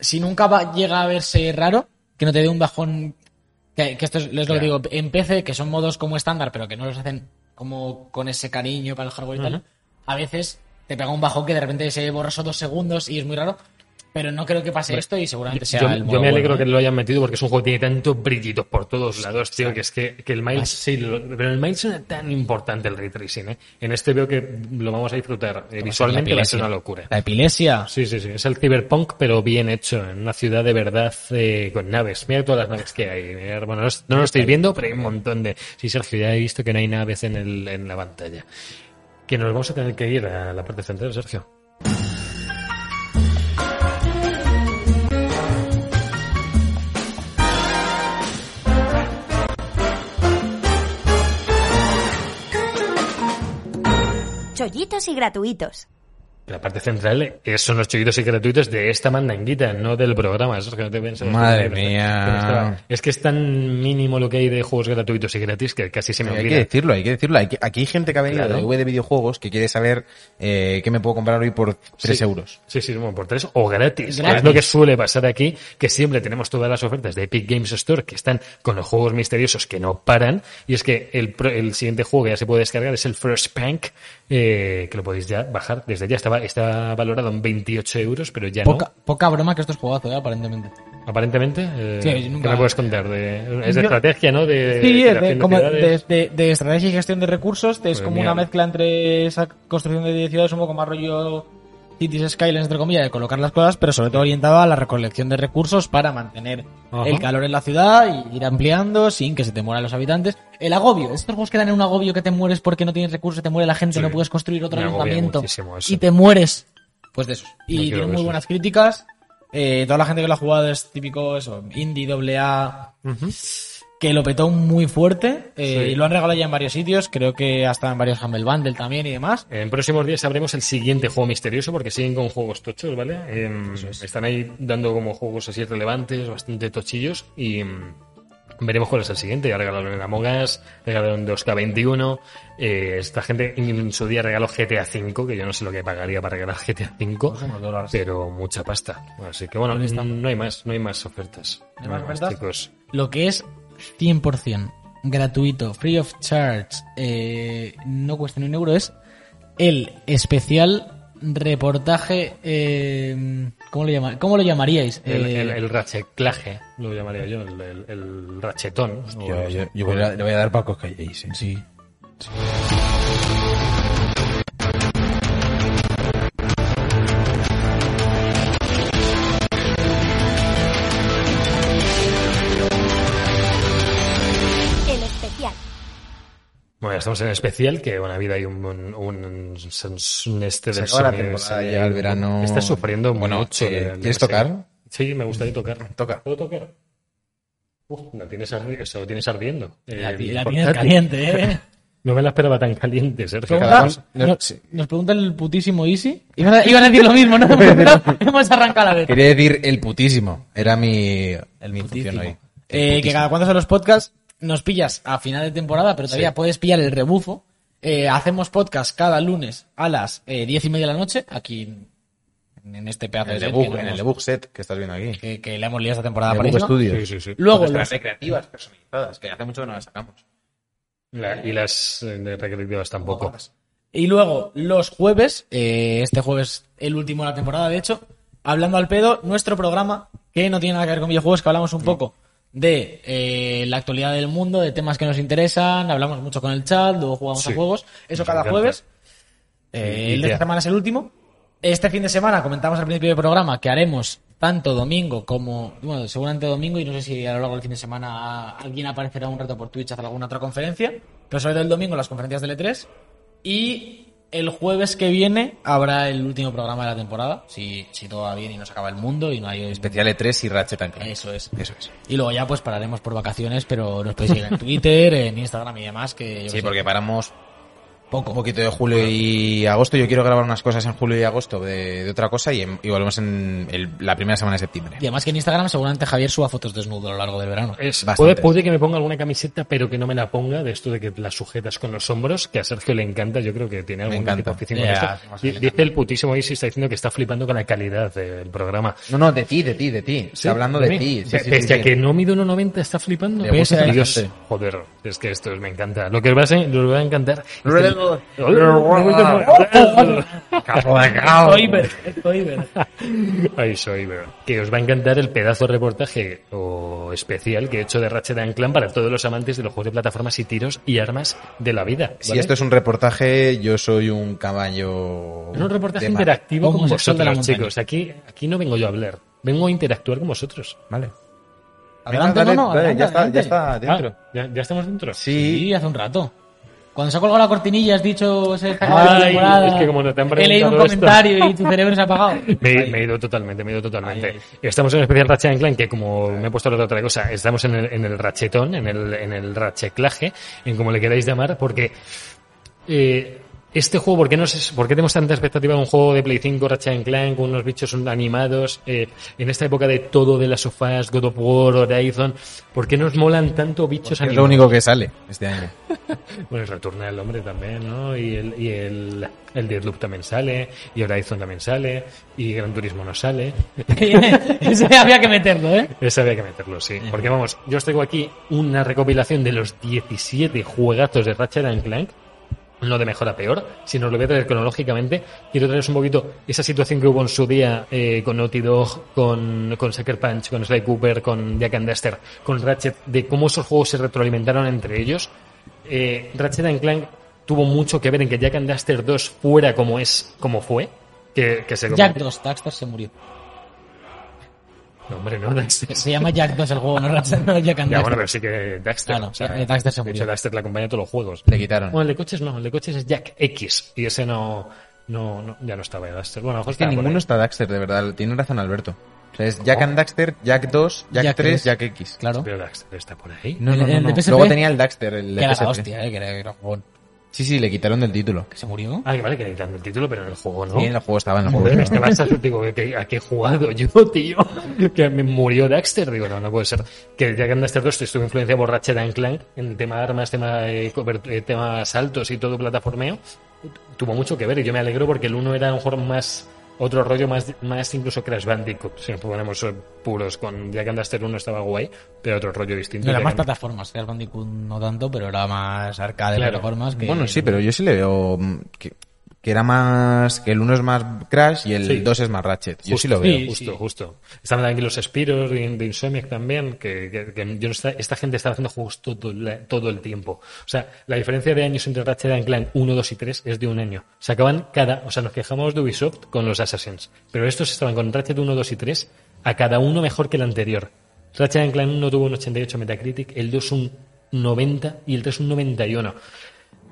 C: si nunca va- llega a verse raro, que no te dé un bajón, que, que esto es, es lo que digo, en PC, que son modos como estándar, pero que no los hacen como con ese cariño para el hardware y tal, a veces te pega un bajón que de repente se borroso dos segundos y es muy raro, pero no creo que pase esto y seguramente sea
A: Yo,
C: el
A: yo
C: modo
A: me alegro
C: bueno,
A: que
C: ¿eh?
A: lo hayan metido porque es un juego que tiene tantos brillitos por todos lados, tío, que es que, que el
C: Ah,
A: Miles, sí, lo- pero el Miles no era tan importante el ray tracing, ¿eh? En este veo que lo vamos a disfrutar. Eh, visualmente va a ser una locura.
C: La epilepsia.
A: Sí, sí, sí. Es el cyberpunk, pero bien hecho, en una ciudad de verdad eh, con naves. Mira todas las naves que hay. Mirad, bueno, no, os- no lo estáis viendo, pero hay un montón de... Sí, Sergio, ya he visto que no hay naves en, el, en la pantalla. Que nos vamos a tener que ir a la parte central, Sergio.
D: Chollitos y gratuitos.
A: La parte central eh, son los chiquitos y gratuitos de esta mandanguita, no del programa. Eso es que no te pienses.
B: Madre
A: Que me
B: mía.
A: estaba- Es que es tan mínimo lo que hay de juegos gratuitos y gratis que casi se me
B: hay que
A: olvida.
B: decirlo, hay que decirlo. Hay que- aquí hay gente que ha venido
A: Claro.
B: de web de videojuegos que quiere saber eh, qué me puedo comprar hoy por 3
A: Sí.
B: euros.
A: Sí, sí, bueno, por tres o gratis. que
C: Gratis.
A: Es lo que suele pasar aquí, que siempre tenemos todas las ofertas de Epic Games Store que están con los juegos misteriosos que no paran. Y es que el, pro- el siguiente juego que ya se puede descargar es el First Punk, eh, que lo podéis ya bajar desde ya. Estaba, está valorado en 28 euros, pero ya
C: Poca,
A: no.
C: poca broma que esto es juegazo, ¿eh? aparentemente.
A: Aparentemente, eh,
C: Sí,
A: ¿qué
C: nunca-
A: me puedes contar? De, es de
C: Yo-
A: estrategia, ¿no? De,
C: Sí,
A: de
C: es de,
A: creación de
C: como de,
A: ciudades.
C: de- de estrategia y gestión de recursos, es
A: Madre
C: como
A: mía.
C: una mezcla entre esa construcción de ciudades, un poco más rollo Cities Skylines, entre comillas, de colocar las cosas, pero sobre todo orientado a la recolección de recursos para mantener
A: Ajá.
C: el calor en la ciudad y ir ampliando sin que se te mueran los habitantes. El agobio, estos juegos que dan en un agobio que te mueres porque no tienes recursos, te muere la gente,
A: Sí.
C: no puedes construir otro
A: Me agobia
C: ayuntamiento
A: muchísimo eso.
C: y te mueres. Pues de esos.
A: No
C: Y
A: quiero
C: tiene
A: de
C: muy
A: esos.
C: buenas críticas. Eh, toda la gente que lo ha jugado es típico, eso, indie, doble A,
A: Ujú.
C: que lo petó muy fuerte eh,
A: Sí.
C: y lo han regalado ya en varios sitios, creo que hasta en varios Humble Bundle también y demás.
A: En próximos días sabremos el siguiente juego misterioso porque siguen con juegos tochos, ¿vale? Em, Están ahí dando como juegos así relevantes, bastante tochillos y em, veremos cuál es el siguiente. Ya regalaron el Among Us, regalaron 2K21, eh, esta gente en su día regaló GTA V, que yo no sé lo que pagaría para regalar GTA V, pero mucha pasta. Así que bueno, no hay más, no hay más ofertas.
C: ¿No hay más ofertas?
A: chicos.
C: Lo que es 100% gratuito, free of charge, eh, no cuesta ni un euro, es el especial reportaje, eh, ¿cómo, lo llama- ¿cómo lo llamaríais?
A: El,
C: Eh,
A: el, el racheclaje, lo llamaría yo, el, el- el rachetón. o-
B: voy a- le voy a dar Paco que calléis.
C: Sí.
D: El especial.
A: Bueno, ya estamos en especial, que una vida hay un, un, un, un- este
B: Se
A: del
B: acaba la
A: sonido,
B: temporada,
A: sí.
B: llega el verano.
A: Está sufriendo
B: Bueno,
A: mucho.
B: eh,
A: de- de
B: ¿quieres
A: música.
B: tocar?
A: Sí, me gustaría tocar.
B: Toca.
A: ¿Puedo tocar? Uf, la tienes, ardi- eso, lo tienes ardiendo.
C: La,
A: Eh,
C: ti- la
A: portátil.
C: tienes caliente, ¿eh?
A: No me la esperaba tan caliente, Sergio.
C: Pregunta-
B: vez-
C: nos,
B: sí.
C: nos pregunta el putísimo Easy. Iban a, iban a decir lo mismo, ¿no? Hemos arrancado a la vez.
B: Quería decir el putísimo. Era mi, mi función hoy. El
C: Eh, que
B: putísimo.
C: cada cuánto son los podcasts, nos pillas a final de temporada, pero todavía
A: Sí.
C: puedes pillar el rebufo. Eh, hacemos podcast cada lunes a las eh, diez y media de la noche, aquí en, en este pedazo
B: En el
C: de set
B: debug,
C: que, no
B: en el
C: hemos-
B: debug set que estás viendo aquí.
C: que- que la hemos liado esta temporada
B: Debug
C: para
B: Studios.
A: Sí, sí, sí.
C: Luego,
B: Nuestras
C: los,
B: recreativas personalizadas, que hace mucho que no las sacamos.
A: La- y las eh, de recreativas tampoco.
C: y luego los jueves, eh, este jueves el último de la temporada, de hecho, hablando al pedo, nuestro programa, que no tiene nada que ver con videojuegos, que hablamos un poco de eh, la actualidad del mundo, de temas que nos interesan, hablamos mucho con el chat, luego jugamos
A: Sí.
C: a juegos, eso
A: Nos
C: cada
A: encanta.
C: jueves. Eh,
A: Y- y
C: el de
A: ya.
C: esta semana es el último. Este fin de semana comentamos al principio del programa que haremos tanto domingo como, bueno, seguramente domingo y no sé si a lo largo del fin de semana alguien aparecerá un rato por Twitch, hacer alguna otra conferencia, pero sobre todo el domingo las conferencias del E3 y El jueves que viene habrá el último programa de la temporada, si, si todo va bien y no se acaba el mundo y no hay...
B: Especial E3 y Ratchet and Clank.
C: Eso es.
B: Eso es.
C: Y luego ya pues pararemos por vacaciones, pero nos podéis seguir en Twitter, en Instagram y demás, que yo
B: Sí,
C: qué sé,
B: porque paramos
C: poco.
B: un poquito de julio y agosto. Yo quiero grabar unas cosas en julio y agosto de, de otra cosa y, en- y volvemos en el- la primera semana de septiembre.
C: Y además que en Instagram seguramente Javier suba fotos desnudo a lo largo del verano.
A: Es, puede,
B: Bastantes.
A: puede que me ponga alguna camiseta, pero que no me la ponga, de esto de que la sujetas con los hombros, que a Sergio le encanta, yo creo que tiene alguna
B: encanta.
A: afición con
C: Ya,
A: esto.
C: vamos a
A: Di-
C: ver.
A: Dice el putísimo Isis, está diciendo que está flipando con la calidad del programa.
B: No, no, de ti, de ti, de ti.
A: Sí,
B: Está hablando de
A: mí.
B: ti. Sí,
A: Pe-
B: sí,
A: Pese
B: sí,
A: a
B: sí.
A: que no mide 1,90, está flipando.
B: Le gusta a la
A: Dios,
B: gente.
A: joder, es que esto es- me encanta. Lo que os va a, ser- os va a encantar. es el-
B: Capo de cao.
A: Ay, soy, bro. Que os va a encantar el pedazo de reportaje o especial que he hecho de Ratchet and Clank para todos los amantes de los juegos de plataformas y tiros y armas de la vida. ¿vale?
B: Si esto es un reportaje, yo soy un caballo.
A: Es un reportaje
B: de mar.
A: interactivo
C: Pongo
A: con
C: un sexto de la
A: vosotros,
C: montaña.
A: chicos. Aquí, aquí no vengo yo a hablar. Vengo a interactuar con vosotros.
B: Vale.
C: Adelante,
B: Venga,
C: no, no,
B: dale, dale,
C: adelante,
B: ya está, ya
C: adelante.
B: está dentro.
A: Ah, ¿ya, ya estamos dentro.
B: Sí.
C: Sí, hace un rato. Cuando se ha colgado la cortinilla has dicho... "Se acaba la
A: Ay,
C: temporada".
A: es que como no te han
C: He leído un
A: preguntado esto.
C: comentario y tu cerebro se ha apagado.
A: Me, me he ido totalmente, me he ido totalmente.
C: Ahí,
A: Estamos en un especial Ratchet and Clank que, como me he puesto la otra cosa, estamos en el, en el rachetón, en el, en el racheclaje, en como le queráis llamar, porque eh, este juego, ¿por qué, no se- ¿por qué tenemos tanta expectativa de un juego de Play 5, Ratchet and Clank, con unos bichos animados, eh, en esta época de todo de las sofás, God of War, Horizon? ¿Por qué nos molan tanto bichos
B: Es
A: animados?
B: lo único que sale este año.
A: Bueno, y retorna el hombre también, ¿no? Y el, y el, el Deathloop también sale, y Horizon también sale, y Gran Turismo no sale.
C: Ese había que meterlo, ¿eh?
A: Ese había que meterlo, sí. Porque vamos, yo os traigo aquí una recopilación de los 17 juegazos de Ratchet and Clank. No de mejor a peor, sino lo voy a traer cronológicamente. Quiero traeros un poquito esa situación que hubo en su día eh, con Naughty Dog, con, con Sucker Punch, con Sly Cooper, con Jack and Duster, con Ratchet, de cómo esos juegos se retroalimentaron entre ellos. Eh, Ratchet and Clank tuvo mucho que ver en que Jack and Duster 2 fuera como es, como fue. Que, que se
C: Jack
A: convirtió-
C: 2, Daxter se murió.
A: No, hombre, no, Duster.
C: Se llama Jack 2 el juego, no Ratchet, no Jack and
A: Ya, bueno,
C: Daxter.
A: pero sí que Daxter.
C: Ah, no, eh, Daxter se
A: de
C: murió.
A: hecho, Daxter le acompaña a todos los juegos.
B: Le quitaron.
A: Bueno, el de coches no, el de coches es Jack X. Y ese no, no, no- ya no estaba ya Daxter. Bueno, a lo mejor
B: Es que
A: estaba por
B: ninguno
A: ahí.
B: está Daxter, de verdad. Tiene razón Alberto. O sea, es Jack and Daxter, Jack 2, Jack,
C: Jack
B: 3,
C: tres.
B: Jack X.
C: Claro.
A: Pero Daxter está por ahí.
B: No,
C: El-
B: no, no,
C: el
B: no.
C: de PSP.
B: Luego tenía el Daxter, el
C: Que
B: de
C: era
B: PSP.
C: la hostia, eh, que era, que era un jugón.
B: Sí, sí, le quitaron del título.
C: ¿Que se murió?
A: Ah, que vale, que le quitan el título, pero en el juego no.
B: Sí, en el juego estaba en el juego.
A: Joder, este Barça, digo, ¿a qué, a qué he jugado yo, tío? Que me murió Daxter. Digo, no, no puede ser. Que Jack and Daxter 2 estuvo influenciado por Ratchet and Clank en tema armas, tema, eh, cobert- eh, tema saltos y todo plataformeo. Tuvo mucho que ver y yo me alegro porque el 1 era a lo mejor más. Otro rollo más, más incluso Crash Bandicoot. Si nos ponemos eh, puros con Jack and Daxter 1 estaba guay, pero otro rollo distinto.
C: No, era
A: Jack
C: más
A: and-
C: plataformas. Crash Bandicoot no tanto, pero era más arcade
A: Claro.
C: plataformas. Que...
B: Bueno, sí, pero yo sí le veo mm, que, que era más. que el 1 es más Crash y
A: Sí.
B: el 2 es más Ratchet. Yo sí lo
A: Justo,
B: veo.
C: sí.
A: Justo, justo. Están aquí los Spiros de, de Insomniac también, que, que- que yo no está- esta gente está haciendo juegos todo, la- todo el tiempo. O sea, la diferencia de años entre Ratchet and Clank 1, 2 y 3 es de un año. Se acaban cada, o sea, nos quejamos de Ubisoft con los Assassins, pero estos estaban con Ratchet 1, 2 y 3 a cada uno mejor que el anterior. Ratchet and Clank 1 tuvo un 88 Metacritic, el 2 un 90 y el 3 un 91.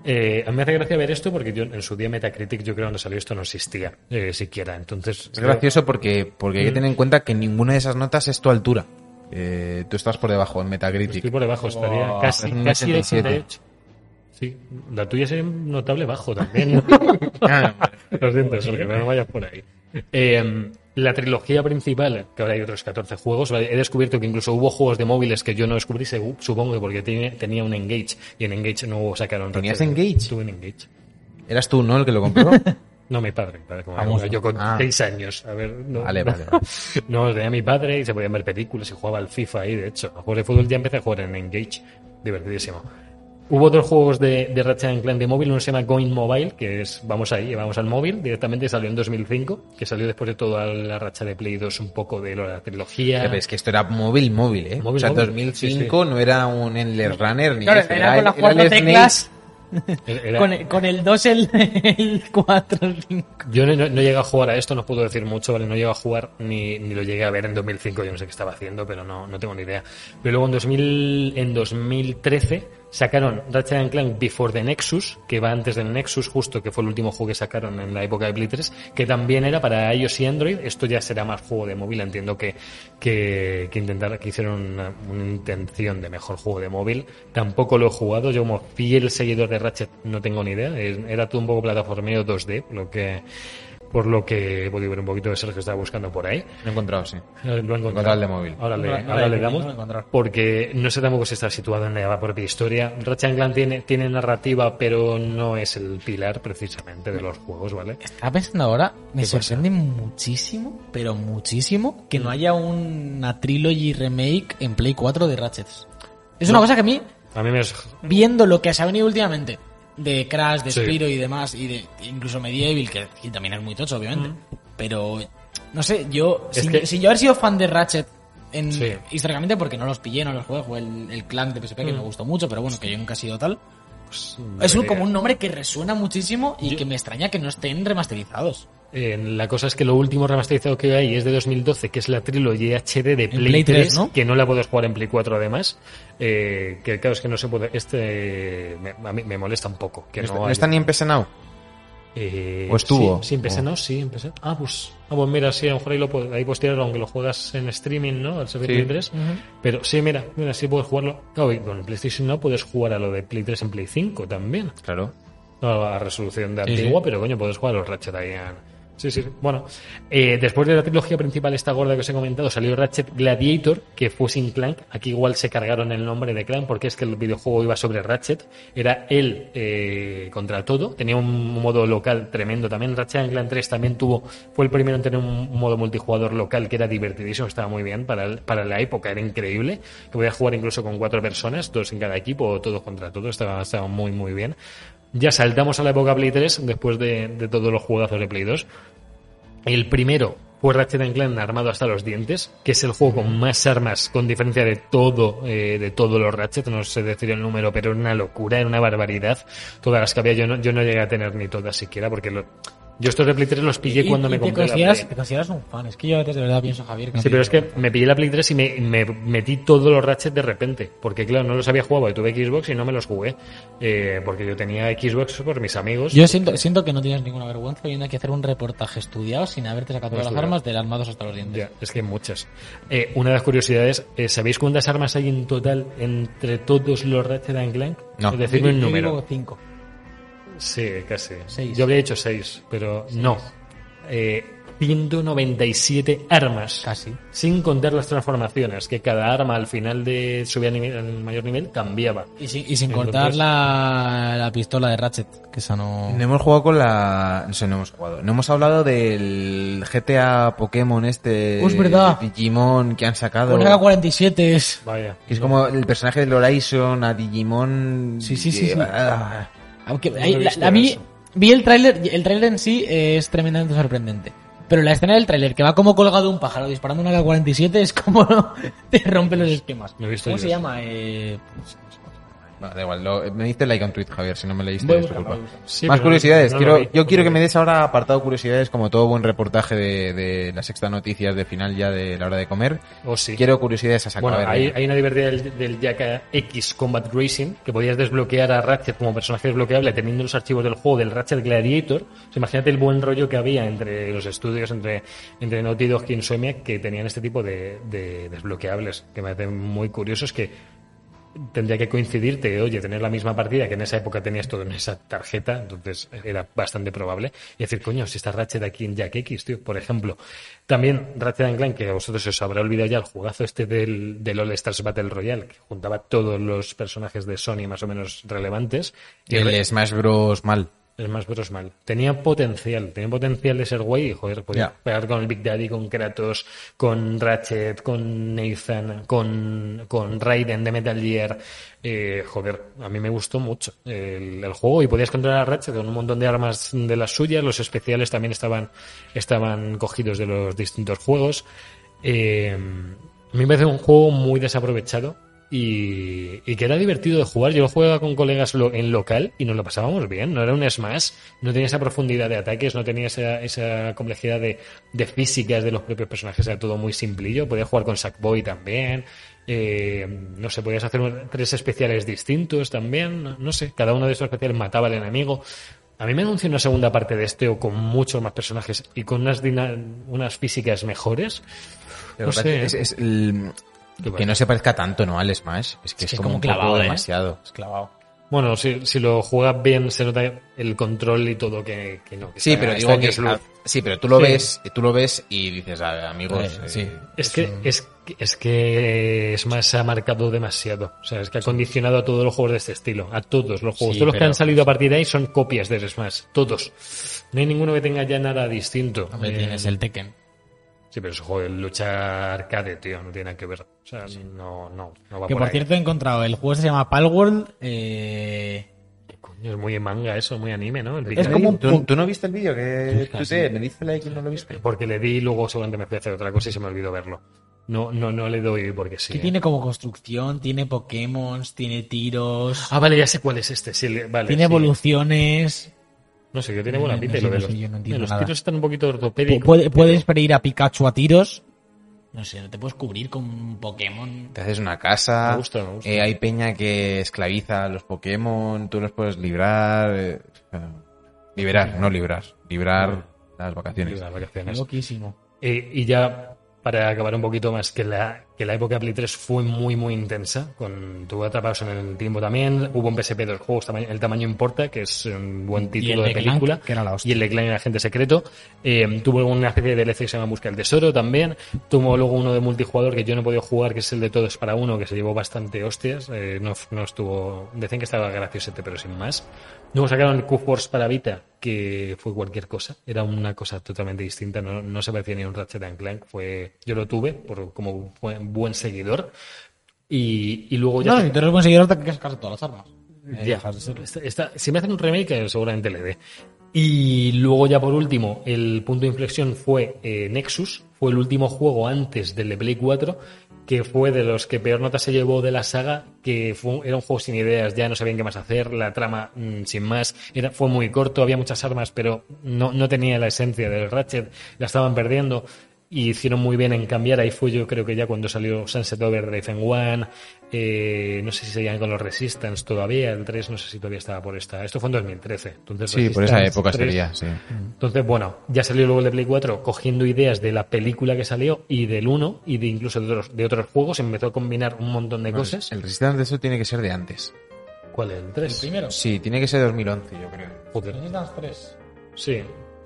A: Eh, a mí me hace gracia ver esto porque yo en su día Metacritic yo creo que cuando salió esto no existía eh, siquiera. Entonces
B: Es Mm. gracioso porque, porque hay que tener en cuenta que ninguna de esas notas es tu altura. Eh, tú estás por debajo en
A: Estoy
B: Metacritic.
A: por debajo, estaría
B: Oh,
A: casi,
B: es un
A: casi de
B: 87.
A: de hecho. Sí, la tuya sería un notable bajo también. ¿no? Lo siento, Sergio, no vayas por ahí. Eh, la trilogía principal, que ahora hay otros 14 juegos, vale, he descubierto que incluso hubo juegos de móviles que yo no descubrí, segu- supongo que porque tiene- tenía un Engage, y en Engage no sacaron...
B: ¿Tenías
A: Ratchet.
B: Engage?
A: Tuve un Engage.
B: Eras tú, ¿no? El que lo compró.
A: No, mi padre, mi padre, como
C: Vamos,
A: era yo con
B: ah.
A: seis años. A ver, no,
B: Vale,
A: no.
B: vale, vale.
A: No, tenía mi padre y se podían ver películas y jugaba al FIFA ahí, de hecho. A juegos de fútbol ya empecé a jugar en Engage. Divertidísimo. Hubo otros juegos de, de Ratchet and Clank de móvil, uno se llama Going Mobile, que es, vamos ahí, vamos al móvil, directamente salió en 2005, que salió después de toda la racha de Play 2 un poco de la trilogía.
B: Pero es que esto era móvil, móvil, ¿eh?
A: Móvil,
B: o sea,
A: móvil.
B: 2005 no era un Endless Runner ni
C: Claro,
B: eso,
C: era con las
B: el-
C: cuatro
B: el Snake.
C: teclas.
A: E Era-
C: Con el, con el 2, el, el 4, el 5.
A: Yo no, no- no llegué a jugar a esto, no puedo decir mucho, ¿vale? No llegué a jugar ni, ni lo llegué a ver en 2005, yo no sé qué estaba haciendo, pero no, no tengo ni idea. Pero luego en, 2000, en 2013 Sacaron Ratchet and Clank Before the Nexus, que va antes del Nexus, justo que fue el último juego que sacaron en la época de Play 3, que también era para iOS y Android. Esto ya será más juego de móvil, entiendo que, que, que intentar, que hicieron una, una intención de mejor juego de móvil. Tampoco lo he jugado, yo como fiel seguidor de Ratchet no tengo ni idea. Eh, Era todo un poco plataformeo 2D, lo que por lo que he podido ver un poquito de Sergio estaba buscando por ahí.
B: Lo he encontrado, sí.
A: Lo he encontrado.
B: Encontrar el de móvil.
A: Ahora le,
C: No, no
A: ahora
C: lo he-
A: le damos.
C: no lo he encontrado.
A: porque no sé tampoco si está situado en la propia historia. Ratchet and Clank tiene, tiene narrativa, pero no es el pilar precisamente de los juegos, ¿vale?
C: Estaba pensando ahora, me sorprende muchísimo, pero muchísimo, que no haya una trilogy remake en Play 4 de Ratchet. Es una cosa que a mí,
A: A mí me es.
C: viendo lo que se ha venido últimamente, de Crash, de
A: Sí.
C: Spyro y demás, y de incluso Medieval, que, que también es muy tocho, obviamente, pero no sé, yo,
A: Es
C: sin,
A: que-
C: sin yo haber sido fan de Ratchet en,
A: Sí.
C: históricamente, porque no los pillé, no los jugué, jugué el, el clan de PSP que me gustó mucho, pero bueno, que yo nunca he sido tal. Es un- como un nombre que resuena muchísimo y
A: Pues, eh, Yo-
C: que me extraña que no estén remasterizados.
A: Eh, la cosa es que lo último remasterizado que hay es de 2012, que es la trilogía HD de Play,
C: Play
A: 3,
C: 3, ¿no?
A: que no la puedes jugar en Play 4 además. Eh, que claro, es que no se puede. Este. Me, a mí me molesta un poco. Que
B: ¿No está-
A: no
B: ¿No
A: haya-
B: está ni en PC Now?
A: Eh,
B: ¿O estuvo? Oh.
A: Sí, sí, empecé,
B: ¿O?
A: ¿no? Sí, empecé. Ah, pues, ah, pues mira, sí, a lo mejor ahí, lo puedo- ahí puedes tirarlo, aunque lo juegas en streaming, ¿no? Al Play 3. Pero sí, mira, mira, sí puedes jugarlo. Claro, y con el PlayStation no puedes jugar a lo de Play 3 en Play 5 también.
B: Claro.
A: No, a resolución de
C: Sí, sí.
A: antigua, pero coño, puedes jugar a los Ratchet ahí. en- Sí, sí. Bueno, eh, después de la trilogía principal, esta gorda que os he comentado, salió Ratchet Gladiator, que fue sin Clank. Aquí igual se cargaron el nombre de Clank porque es que el videojuego iba sobre Ratchet. Era él eh, contra todo. Tenía un modo local tremendo también. Ratchet and Clank 3 también tuvo, fue el primero en tener un modo multijugador local que era divertidísimo, estaba muy bien para, el- para la época, era increíble. Que podías jugar incluso con cuatro personas, dos en cada equipo, o todos contra todos, estaba, estaba muy, muy bien. Ya saltamos a la época Play 3, después de, de todos los juegazos de Play 2. El primero fue Ratchet and Clank armado hasta los dientes, que es el juego con más armas, con diferencia de todo, eh, de todos los Ratchet, no sé decir el número, pero era una locura, era una barbaridad. Todas las que había, yo no, yo no llegué a tener ni todas siquiera, porque lo- yo estos de Play 3 los pillé
C: Y-
A: cuando
C: y
A: me
C: te
A: compré la
C: consideras,
A: Play.
C: te consideras un fan. Es que yo a veces de verdad pienso, Javier, que no
A: Sí, pero es
C: tiene-
A: que me pillé la Play 3 y me, me metí todos los Ratchet de repente. Porque, claro, no los había jugado. Tuve Xbox y no me los jugué. eh, porque yo tenía Xbox por mis amigos.
C: Yo siento, siento que no tienes ninguna vergüenza viendo aquí a hacer un reportaje Pues estudiado sin haberte
A: No
C: sacado todas las
A: estudiado.
C: armas del armados hasta los dientes.
A: Ya, es que hay muchas. Eh, una de las curiosidades, eh, ¿sabéis cuántas armas hay en total entre todos los Ratchet and Clank?
B: No.
A: Es decir, un
C: Yo
A: número.
C: digo cinco.
A: Sí, casi.
C: Seis.
A: Yo habría hecho seis, pero no. Eh, 197 armas.
C: Casi.
A: Sin contar las transformaciones, que cada arma al final de subir al nivel- al mayor nivel cambiaba.
C: Y sin, y sin
A: Entonces-
C: cortar la, la pistola de Ratchet, que esa no...
B: No hemos jugado con la... No sé, no hemos jugado. No hemos hablado del GTA Pokémon este...
C: Uh, Es verdad.
B: de Digimon que han sacado.
C: Con la 47 es...
A: Vaya.
B: Que es como el personaje del Horizon a Digimon...
C: Sí, sí, sí, sí.
B: Ah,
C: Aunque
A: No lo
C: ahí-
A: he
C: la-
A: visto
C: a mí
A: eso.
C: vi el tráiler, y el tráiler en sí eh, es tremendamente sorprendente. Pero la escena del tráiler que va como colgado un pájaro disparando una K47 es como te rompe los esquemas.
A: Lo he visto
C: ¿Cómo
A: yo
C: se
A: eso.
C: llama? Eh,
B: No, da igual. lo- me diste like a un tweet, Javier, si no me leíste,
C: Voy a
B: es tu
C: buscarlo,
B: culpa.
C: voy a buscarlo.
A: Sí,
B: Más
A: pero
B: curiosidades.
A: no lo
B: quiero,
A: vi.
B: yo quiero que me des ahora apartado curiosidades, como todo buen reportaje de, de la sexta noticias de final ya de la hora de comer.
A: Oh, sí.
B: Quiero curiosidades a sacar.
A: Bueno,
B: a ver, eh,
A: hay,
B: venga.
A: hay una divertida del, del Jack X Combat Racing que podías desbloquear a Ratchet como personaje desbloqueable teniendo los archivos del juego del Ratchet Gladiator. O sea, imagínate el buen rollo que había entre los estudios, entre, entre Naughty Dog y Insomniac que tenían este tipo de, de desbloqueables que me hacen muy curiosos que tendría que coincidirte, oye, tener la misma partida que en esa época tenías todo en esa tarjeta, entonces era bastante probable. Y decir, coño, si está Ratchet aquí en Jack X, tío, por ejemplo. También Ratchet and Clank, que a vosotros os habrá olvidado ya el jugazo este del, del All Stars Battle Royale, que juntaba todos los personajes de Sony más o menos relevantes. Y re-
B: El Smash Bros. mal.
A: es más pero es mal. Tenía potencial, tenía potencial de ser guay y joder, podía
B: Ya.
A: pegar con el Big Daddy, con Kratos, con Ratchet, con Nathan, con, con Raiden de Metal Gear. Eh, joder, a mí me gustó mucho el, el juego y podías controlar a Ratchet con un montón de armas de las suyas, los especiales también estaban, estaban cogidos de los distintos juegos. Eh, a mí me parece un juego muy desaprovechado. y, y que era divertido de jugar. Yo lo jugaba con colegas lo- en local y nos lo pasábamos bien. No era un Smash, no tenía esa profundidad de ataques, no tenía esa, esa complejidad de, de físicas de los propios personajes, era todo muy simplillo. Podías jugar con Sackboy también. eh, no sé, podías hacer un- tres especiales distintos también. No, no sé, cada uno de esos especiales mataba al enemigo. A mí me anunció una segunda parte de este o con muchos más personajes y con unas, dina- unas físicas mejores.
B: Pero
A: No sé,
B: es-
A: ¿eh?
B: es el-
A: Qué
B: que
A: bueno.
B: no se parezca tanto, ¿no? Al Smash. Es que es,
C: que es
B: como,
C: como
B: un poco
C: clavado, ¿eh?
B: demasiado.
C: Es clavado.
A: Bueno, si, si lo juegas bien, se nota el control y todo que, que no. que
B: Sí,
A: está-
B: pero
A: está
B: digo
A: en
B: que,
A: Disluz.
B: ah, sí, pero tú lo
A: Sí.
B: ves, tú lo ves y dices, a ver,
A: Pues,
B: amigos,
C: Eh,
B: eh,
C: sí.
A: Es que, es, que- es que Smash se ha marcado demasiado. O sea, es que ha condicionado a todos los juegos de este estilo. A todos los juegos.
C: Sí,
A: todos los que
C: pero- pues
A: han salido a partir de ahí son copias de Smash. Todos. No hay ninguno que tenga ya nada distinto.
C: Hombre,
A: Eh,
C: tienes el Tekken.
A: Sí, pero es un juego de lucha arcade, tío. No tiene nada que ver. O sea, no, no, no va
C: Que
A: por,
C: por
A: ahí.
C: cierto he encontrado, el juego este se llama Palworld. Eh,
A: Coño, es muy manga eso, muy anime, ¿no? El
C: Es
A: Pikmin.
C: como un
B: ¿Tú,
C: pu-
B: tú no viste el vídeo que
C: Busca,
B: tú
C: sí.
B: te, me dice la X, no lo viste.
A: Porque le di y luego seguramente me fui a hacer otra cosa y se me olvidó verlo. No, no, no le doy porque sí.
C: que
A: ¿eh?
C: tiene como construcción, tiene Pokémon, tiene tiros,
A: Ah, vale, ya sé cuál es este. Sí, le- vale,
C: tiene
A: sí.
C: evoluciones.
A: No sé, yo tiene buena
C: No,
A: pinta. y
C: no
A: lo de
C: sé, no
A: los,
C: sé, yo no entiendo
A: de los
C: nada.
A: tiros están un poquito
C: Pu-
A: ortopédicos.
C: puede- Puedes pedir a Pikachu a tiros. No sé, no te puedes cubrir con Pokémon.
B: Te haces una casa.
A: Me gusta, me gusta.
B: eh, hay peña que esclaviza a los Pokémon, tú los puedes librar. eh, bueno, liberar, no librar. Librar las vacaciones.
A: Las vacaciones.
C: Loquísimo.
A: Eh, y ya para acabar un poquito más, que la, que la época de Play 3 fue muy, muy intensa. Con, tuvo atrapados en el tiempo también. Hubo un PSP dos juegos, tama- El tamaño importa, que es un buen título de
C: el de Clank,
A: película.
C: que era la hostia.
A: Y el de Clan, el agente secreto. Eh, tuvo una especie de DLC que se llama Busca el Tesoro también. Tuvo luego uno de multijugador que yo no he podido jugar, que es el de Todos para Uno, que se llevó bastante hostias. Eh, no, no estuvo. Decían que estaba graciosete, pero sin más. Luego sacaron el Q-Force para Vita, que fue cualquier cosa. Era una cosa totalmente distinta. No, no se parecía ni a un Ratchet and Clank. Fue, yo lo tuve por, como buen, buen seguidor. Y, y luego ya.
C: No, si tú eres buen seguidor, te cascas todas las armas. Eh,
A: Ya.
C: dejas de serlo.
A: Está- está- si me hacen un remake, eh, seguramente le dé. Y luego ya por último, el punto de inflexión fue eh, Nexus, fue el último juego antes del de Play 4, que fue de los que peor nota se llevó de la saga, que fue, era un juego sin ideas, ya no sabían qué más hacer, la trama mm, sin más, era, fue muy corto, había muchas armas, pero no, no tenía la esencia del Ratchet, la estaban perdiendo y hicieron muy bien en cambiar. Ahí fue yo creo que ya cuando salió Sunset Overdrive en One, eh, no sé si seguían con los Resistance todavía, el 3 no sé si todavía estaba por esta. Esto fue en 2013. Entonces
B: Sí, por esa
A: Resistance
B: época
A: 3.
B: sería, sí.
A: Entonces, bueno, ya salió luego el de Play 4 cogiendo ideas de la película que salió y del 1 y de incluso de otros, de otros juegos, empezó a combinar un montón de cosas.
B: El Resistance de eso tiene que ser de antes.
A: ¿Cuál es el
C: ¿El
A: 3?
C: primero?
B: Sí, tiene que ser 2011, yo creo.
A: Joder.
C: Resistance 3.
A: Sí,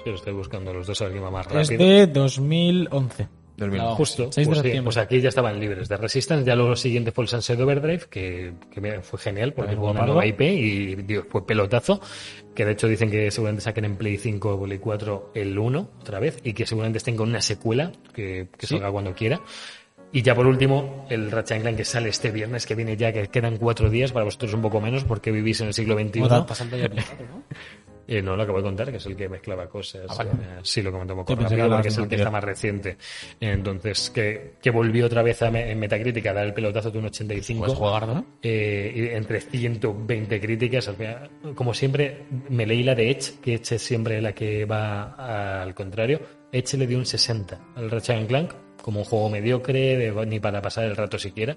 A: yo estoy buscando los dos a ver quién va más
C: Es
A: rápido.
C: de 2011.
B: 2011.
C: No.
A: Justo.
C: 6 de
A: pues, sí,
C: septiembre.
A: pues aquí ya estaban libres de Resistance. Ya lo siguiente fue el Sunset Overdrive, que, que me- fue genial porque
C: También
A: fue una
C: guapardo.
A: nueva IP y Dios, fue pelotazo. Que de hecho dicen que seguramente saquen en Play 5 o Play 4 el 1 otra vez y que seguramente estén con una secuela que, que salga cuando quiera. Y ya por último, el Ratchet Clank que sale este viernes, que viene ya, que quedan cuatro días, para vosotros un poco menos, porque vivís en el siglo XXI.
C: Otra, pasando ya el primero, ¿no?
A: Eh, no, lo acabo de contar, que es el que mezclaba cosas.
C: Ah, vale.
A: Eh, sí, lo comentó un poco
C: Sí, pensé que
A: rápido,
C: hablabas
A: porque es
C: de
A: el que
C: anterior.
A: está más reciente. Entonces, que, que volvió otra vez a me- en Metacritica a dar el pelotazo de un 85.
C: Puedes jugar, ¿no?
A: Eh, y entre 120 críticas, al final, como siempre, me leí la de Edge, que Edge es siempre la que va al contrario. Edge le dio un 60 al Ratchet Clank, como un juego mediocre, de- ni para pasar el rato siquiera.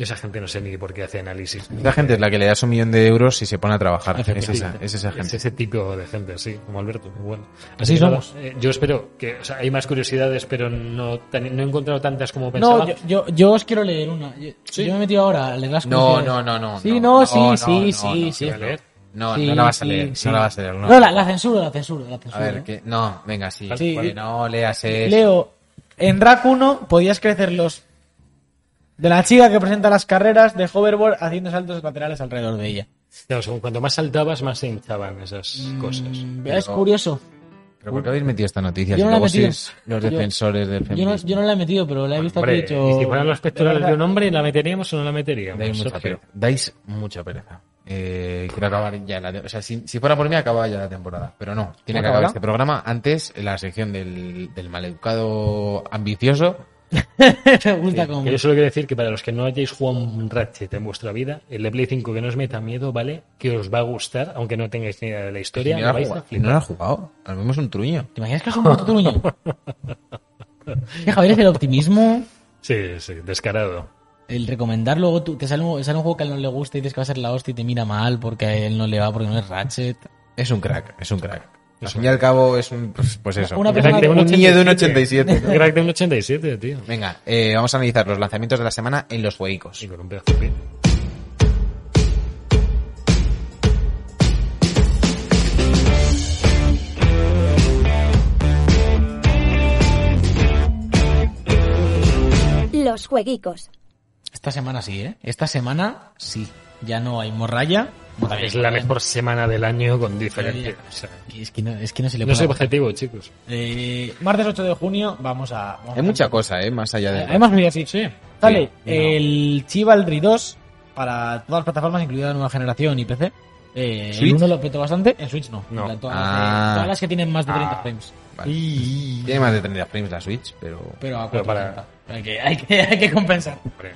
A: Y Esa gente no sé ni por qué hace análisis.
B: Esa gente es la que le das un millón de euros y se pone a trabajar. Es esa,
C: Efectivamente.
B: es esa
A: Es
B: gente.
A: ese tipo de gente, sí, como Alberto. Bueno,
C: Así
A: que
C: somos.
A: nada, eh, yo espero que o sea, hay más curiosidades, pero no, tan- no he encontrado tantas como pensaba.
C: No, yo, yo, yo os quiero leer una. Yo, yo me he metido ahora a leer las
B: No, no,
C: curiosidades.
B: no, no. Oh,
C: Sí, no, sí,
B: no,
C: sí,
B: no,
C: sí,
B: no,
C: sí.
B: no,
A: ¿Voy a leer?
B: No,
C: Sí,
B: no la vas a
C: sí,
B: leer,
C: sí.
B: no la vas a leer, no.
C: la, la censuro, la censuro, la
B: A
C: censuro.
B: ver, que, no, venga, sí.
C: Sí.
B: Que no leas eso.
C: Leo, en Rack 1 podías crecer los de la chica que presenta las carreras de hoverboard haciendo saltos laterales alrededor de ella.
A: Claro, según cuanto más saltabas, más se hinchaban esas cosas.
C: Pues
B: Mm,
C: Es curioso.
B: ¿Pero por qué habéis metido esta noticia? Si
C: Yo no la he
B: luego
C: metido.
B: sois los
C: Yo-
B: defensores del
C: Yo
B: feminismo.
C: no, yo no la he metido, pero la he visto
A: Hombre,
C: aquí hecho.
A: y si fueran los pectorales
C: verdad.
A: de un hombre, ¿la meteríamos o no la meteríamos?
B: Dais mucha
A: Sergio?
B: pereza. Dais mucha pereza. Eh, quiero acabar ya la... te- O sea, si, si fuera por mí, acababa ya la temporada. Pero no, tiene que
C: Bueno,
B: acabar
C: ¿verdad?
B: este programa. Antes, la sección del, del maleducado ambicioso
C: Me gusta como.
A: Que yo solo quiero decir que para los que no hayáis jugado un Ratchet en vuestra vida, el de Play 5 que no os meta miedo, ¿vale? Que os va a gustar, aunque no tengáis ni idea de la
B: Y
A: historia.
B: no
A: lo
B: lo ha
A: vais a
B: jugado. Y
A: flipar.
B: no lo ha jugado. Al menos un truño.
C: ¿Te imaginas que has jugado tu truño? Que Javier es el optimismo,
A: Sí, sí, descarado.
C: el recomendar luego tú. Te sale un, sale un juego que a él no le gusta y dices que va a ser la hostia y te mira mal porque a él no le va, porque no es Ratchet.
B: Es un crack, es un crack. Al fin y al cabo es un... Pues, pues eso.
C: Una
B: un
C: persona
B: crack de
C: con
B: un niño de un 87.
A: Un crack de un 87, tío.
B: Venga, eh, vamos a analizar los lanzamientos de la semana en los
A: Y
B: juegos.
A: con un pedazo de pin.
E: Los jueguicos.
C: Esta semana sí, ¿eh? Esta semana sí. Ya no hay morralla. Bueno, también
A: Es la
C: hay
A: mejor semana del año con diferencia. O sea,
C: morralla. Es que no, es que no se le
A: no pues, soy
C: puede.
A: objetivo, chicos.
C: Eh, martes 8 de junio, vamos a. vamos
B: Hay
C: a-
B: mucha cosa, ¿eh? Más allá de...
C: Hay más medidas, sí. Sale
B: Sí, no.
C: el Chivalry 2 para todas las plataformas, incluida la nueva generación y PC. Eh, el
B: ¿Switch?
C: 1 lo petó bastante, en Switch no.
A: No.
C: En plan, todas, las
B: Ah.
C: de- todas las que tienen más de 30
A: Ah.
C: frames.
B: Vale. Tiene más de 30 frames la Switch, pero...
C: Pero a
A: Pero
C: 480. Hay, que, hay, que, hay que compensar.
A: Hombre.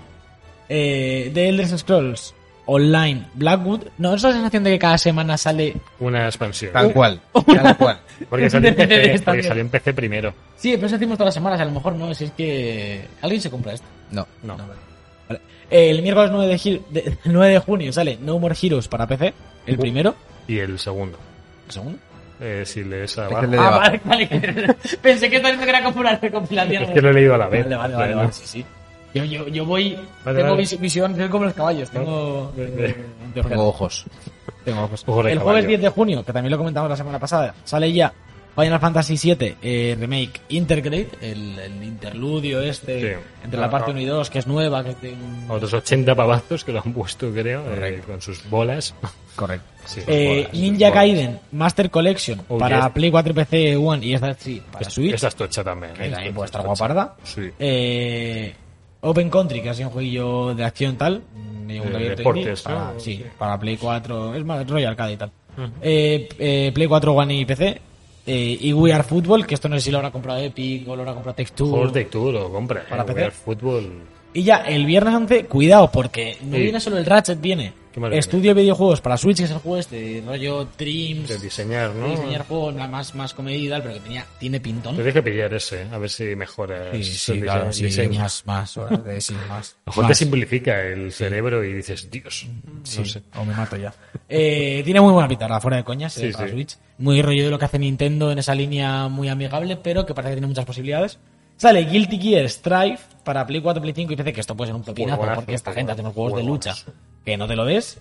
C: Eh, The Elder Scrolls Online Blackwood. No, es la sensación de que cada semana sale.
A: Una expansión.
B: Tal cual, tal cual.
A: Porque salió en
C: Debe de
A: PC,
C: estar
A: porque
C: bien.
A: salió en PC primero.
C: Sí, pero eso decimos todas las semanas. A lo mejor no, si es que. Alguien se compra esto.
B: No.
A: No.
C: No, vale. Vale. Eh, el miércoles 9 de, gi- de- 9 de junio sale No More Heroes para PC. El
A: Uh.
C: primero.
A: Y el segundo.
C: El segundo.
A: Eh, si lees
B: Es
A: abajo.
B: el de
C: Ah,
B: debajo.
C: vale, vale. Pensé que estaba diciendo que era como una recopilación.
A: Es que lo he leído a la vez.
C: Vale, vale, vale, vale, sí, sí. Yo, yo, yo voy.
A: Vale,
C: tengo
A: vale.
C: vis- visión, soy como los caballos. Tengo. eh, tengo- tengo-
B: Tengo ojos.
C: tengo ojos.
A: Ojo de
C: El
A: caballo.
C: jueves 10 de junio, que también lo comentamos la semana pasada, sale ya Final Fantasy VII eh, Remake Intergrade, el, el interludio este
A: Sí. Oh,
C: entre
A: Ah,
C: la parte
A: ah.
C: 1 y 2, que es nueva, que es de un-
A: Otros 80 pavazos que lo han puesto, creo, eh, con sus bolas.
B: Correcto.
A: Sí, sus
C: Eh,
A: bolas,
C: Ninja
A: sus bolas.
C: Gaiden Master Collection
A: Oh,
C: para
A: yes.
C: Play 4 PC One y esta sí para
A: Es-
C: Switch.
A: Esa es tocha también.
C: que
A: eh.
C: también
A: Esa
C: puede
A: es
C: estar
A: tocha.
C: guaparda.
A: Sí.
C: Eh, Open Country, que ha sido un jueguillo de acción tal. De un
A: Eh,
C: abierto
A: deportes,
C: indie, para,
A: ¿no?
C: Sí,
A: Sí.
C: para Play 4. Es más, Royal Arcade y tal. Eh, eh, Play 4 One y PC. Eh, y We Are Football, que esto no sé si lo habrá comprado Epic o lo habrá comprado Texture.
A: Juegos de tú lo compra.
C: Uh. Para
A: eh,
C: PC.
A: ver fútbol.
C: Y ya, el viernes 11, cuidado, porque no
A: Sí.
C: viene solo el Ratchet, viene
A: Qué maravilla.
C: Estudio de Videojuegos para Switch, que es el juego este, rollo Dreams.
A: De diseñar, ¿no?
C: diseñar juegos más, más comedia y tal, pero que tenía, tiene pintón.
A: Tienes que pillar ese, a ver si mejora.
C: Sí,
A: el
C: sí,
A: dise-
C: claro,
A: el
C: sí,
A: diseño.
C: más, más, horas de- sí, más.
A: A lo mejor te
C: más.
A: simplifica el cerebro y dices, Dios,
C: Sí,
A: no sé.
C: o me mato ya. Eh, tiene muy buena pinta, ahora, fuera de coñas,
A: Sí,
C: eh, para
A: sí.
C: Switch. Muy rollo de lo que hace Nintendo en esa línea muy amigable, pero que parece que tiene muchas posibilidades. Sale Guilty Gear Strife para Play 4, Play 5 y PC, que esto puede ser un pepinazo,
A: Juegonazo,
C: porque esta
A: juegonazo,
C: gente hace unos juegos de lucha
A: juegonazo.
C: que no te lo ves.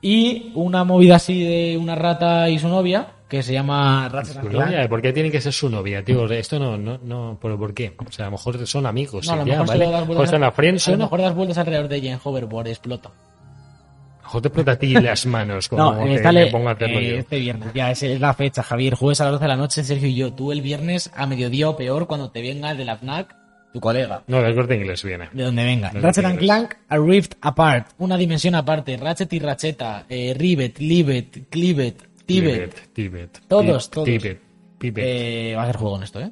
C: Y una movida así de una rata y su novia, que se llama Ratchet
A: ¿Su
C: and Clank.
A: novia? ¿Por qué tiene que ser su novia, tío? Esto no, no, no, pero ¿por qué? O sea, a lo mejor son amigos.
C: No, a lo
A: y pues ya,
C: mejor se
A: ¿vale? Pues
C: le das
A: A lo mejor
C: vueltas
A: están
C: a-
A: a friendzone,
C: a lo mejor das vueltas alrededor de ella en hoverboard, explota.
A: a lo mejor te explota a ti las manos. Como
C: No,
A: que
C: eh,
A: me
C: sale
A: pongo a hacerlo
C: eh,
A: yo.
C: este viernes. Ya, esa es la fecha, Javier. Jueves a las 12 de la noche, Sergio y yo. Tú el viernes a mediodía o peor, cuando te venga el de la FNAC, tu colega.
A: No, del corte inglés viene.
C: De donde venga.
A: Del
C: Ratchet and
A: Tigres.
C: Clank, A Rift Apart. Una dimensión aparte. Ratchet y Ratcheta. eh, Rivet, Livet, Clivet, Tibet.
A: Tibet. Tibet.
C: Todos,
A: Tibet,
C: todos.
A: Tibet. Tibet.
C: Eh, va a ser juego en esto, ¿eh?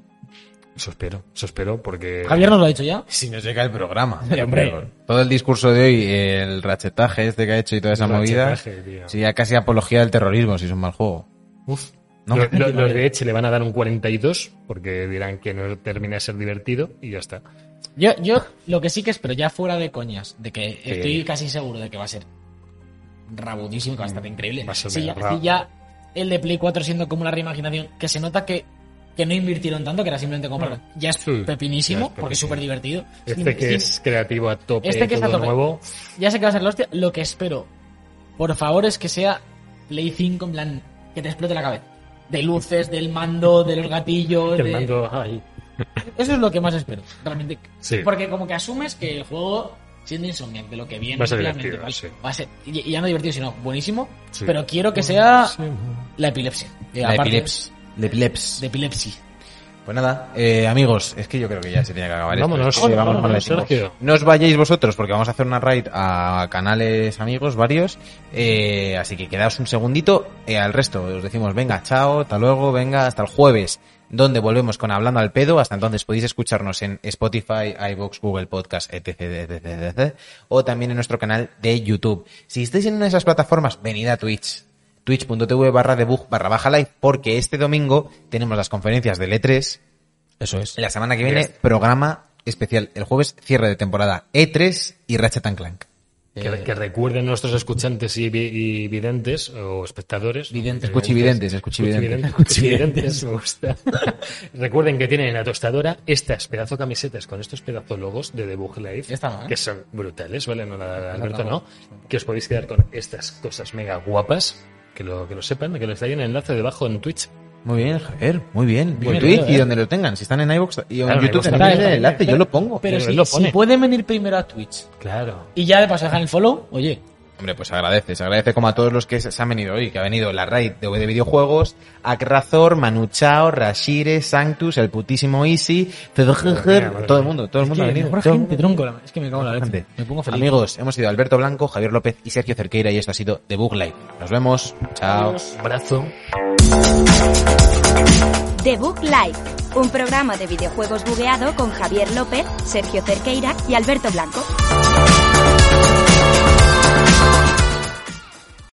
A: Sospero, sospero, porque.
C: Javier nos lo ha dicho ya.
B: Si nos llega el programa.
C: Sí, hombre.
B: Pero Todo el discurso de hoy, el rachetaje este que ha hecho y toda esa
A: El
B: movida.
A: rachetaje, tío.
B: Sí, ya casi apología del terrorismo, si es un mal juego.
A: Uf.
B: No.
A: Lo- lo- los de Edge le van a dar un 42 porque dirán que no termina de ser divertido y ya está.
C: Yo, yo lo que sí que espero, ya fuera de coñas, de que estoy casi seguro de que va a ser rabudísimo, que va a estar increíble.
A: Mm, Va a ser
C: Si ya,
A: mega rabo.
C: si ya el de Play 4 siendo como una reimaginación, que se nota que, que no invirtieron tanto, que era simplemente comprar. ya es
A: Sí, ya
C: pepinísimo,
A: es
C: porque es
A: pepinísimo.
C: súper divertido.
A: Este que es creativo a tope,
C: Este que es a
A: todo
C: tope.
A: nuevo.
C: Ya sé que va a ser la hostia. Lo que espero, por favor, es que sea Play 5 en plan que te explote la cabeza. De luces, del mando, de los gatillos.
A: El
C: de-
A: mando, ay.
C: Eso es lo que más espero, realmente.
A: Sí.
C: Porque como que asumes que el juego, siendo Insomniac, de lo que viene,
A: Va a ser
C: realmente,
A: divertido,
C: ¿vale?
A: sí.
C: va a ser, y y ya no divertido, sino buenísimo,
A: Sí.
C: pero quiero que sea
A: Sí.
C: la epilepsia. Eh,
B: La
C: aparte
B: epileps. La epileps.
C: De epilepsia.
B: Pues nada, eh, amigos, es que yo creo que ya se tiene que acabar esto.
A: Vámonos,
B: Es que
A: sí,
B: llevamos
A: vámonos,
B: más de tiempo.
A: Sergio.
B: No os vayáis vosotros porque vamos a hacer una raid a canales amigos, varios. eh, así que quedaos un segundito. eh, al resto os decimos, venga, chao, hasta luego, venga, hasta el jueves, donde volvemos con Hablando al Pedo. Hasta entonces podéis escucharnos en Spotify, iVoox, Google Podcast, etc, etc, etc, etc. O también en nuestro canal de YouTube. Si estáis en una de esas plataformas, venid a Twitch twitch.tv barra debug barra baja live porque este domingo tenemos las conferencias del E3
C: Eso es.
B: la semana que viene, programa especial. El jueves, cierre de temporada. E3 y Ratchet and Clank.
C: Eh,
A: Que, que recuerden nuestros escuchantes y, vi- y videntes o espectadores. Eh,
C: Videntes.
B: Escuchividentes,
A: Escuchividentes.
B: escuchividentes.
A: Escuchividentes, me gusta. Recuerden que tienen en la tostadora estas pedazo camisetas con estos pedazo logos de Debug Life,
C: Está mal.
A: que son brutales, ¿vale? No la de Alberto, no. Que os podéis quedar con estas cosas mega guapas, que lo, que lo sepan, que les traigan el enlace debajo en Twitch.
B: Muy bien, Javier, muy bien.
C: Bien,
B: en Twitch
C: bien,
B: y
C: eh.
B: donde lo tengan. Si están en iVoox y en
A: Claro, en
B: YouTube
A: iVoox
B: también
A: también.
B: tienen el enlace, yo lo pongo.
C: Pero
A: Pero
C: si,
A: él lo
C: si
A: pone.
C: pueden venir primero a Twitch
A: Claro.
C: y ya de paso dejan el follow, oye,
B: Hombre, pues agradece, se agradece como a todos los que se se han venido hoy, que ha venido la raid de, de videojuegos, Akrazor, Manuchao, Rashire, Sanctus, el putísimo Easy,
A: mía, madre
B: todo el
A: mía.
B: mundo, todo el mundo
C: que
B: ha venido.
C: mejor
B: todo el
C: gente,
B: mundo.
C: tronco, la- es que me cago en la leche.
B: Gente.
C: Me pongo feliz.
B: Amigos, hemos sido Alberto Blanco, Javier López y Sergio Cerqueira y esto ha sido The Bug Live. Nos vemos. Chao.
A: Abrazo.
D: The Book Live, un programa de videojuegos bugueado con Javier López, Sergio Cerqueira y Alberto Blanco.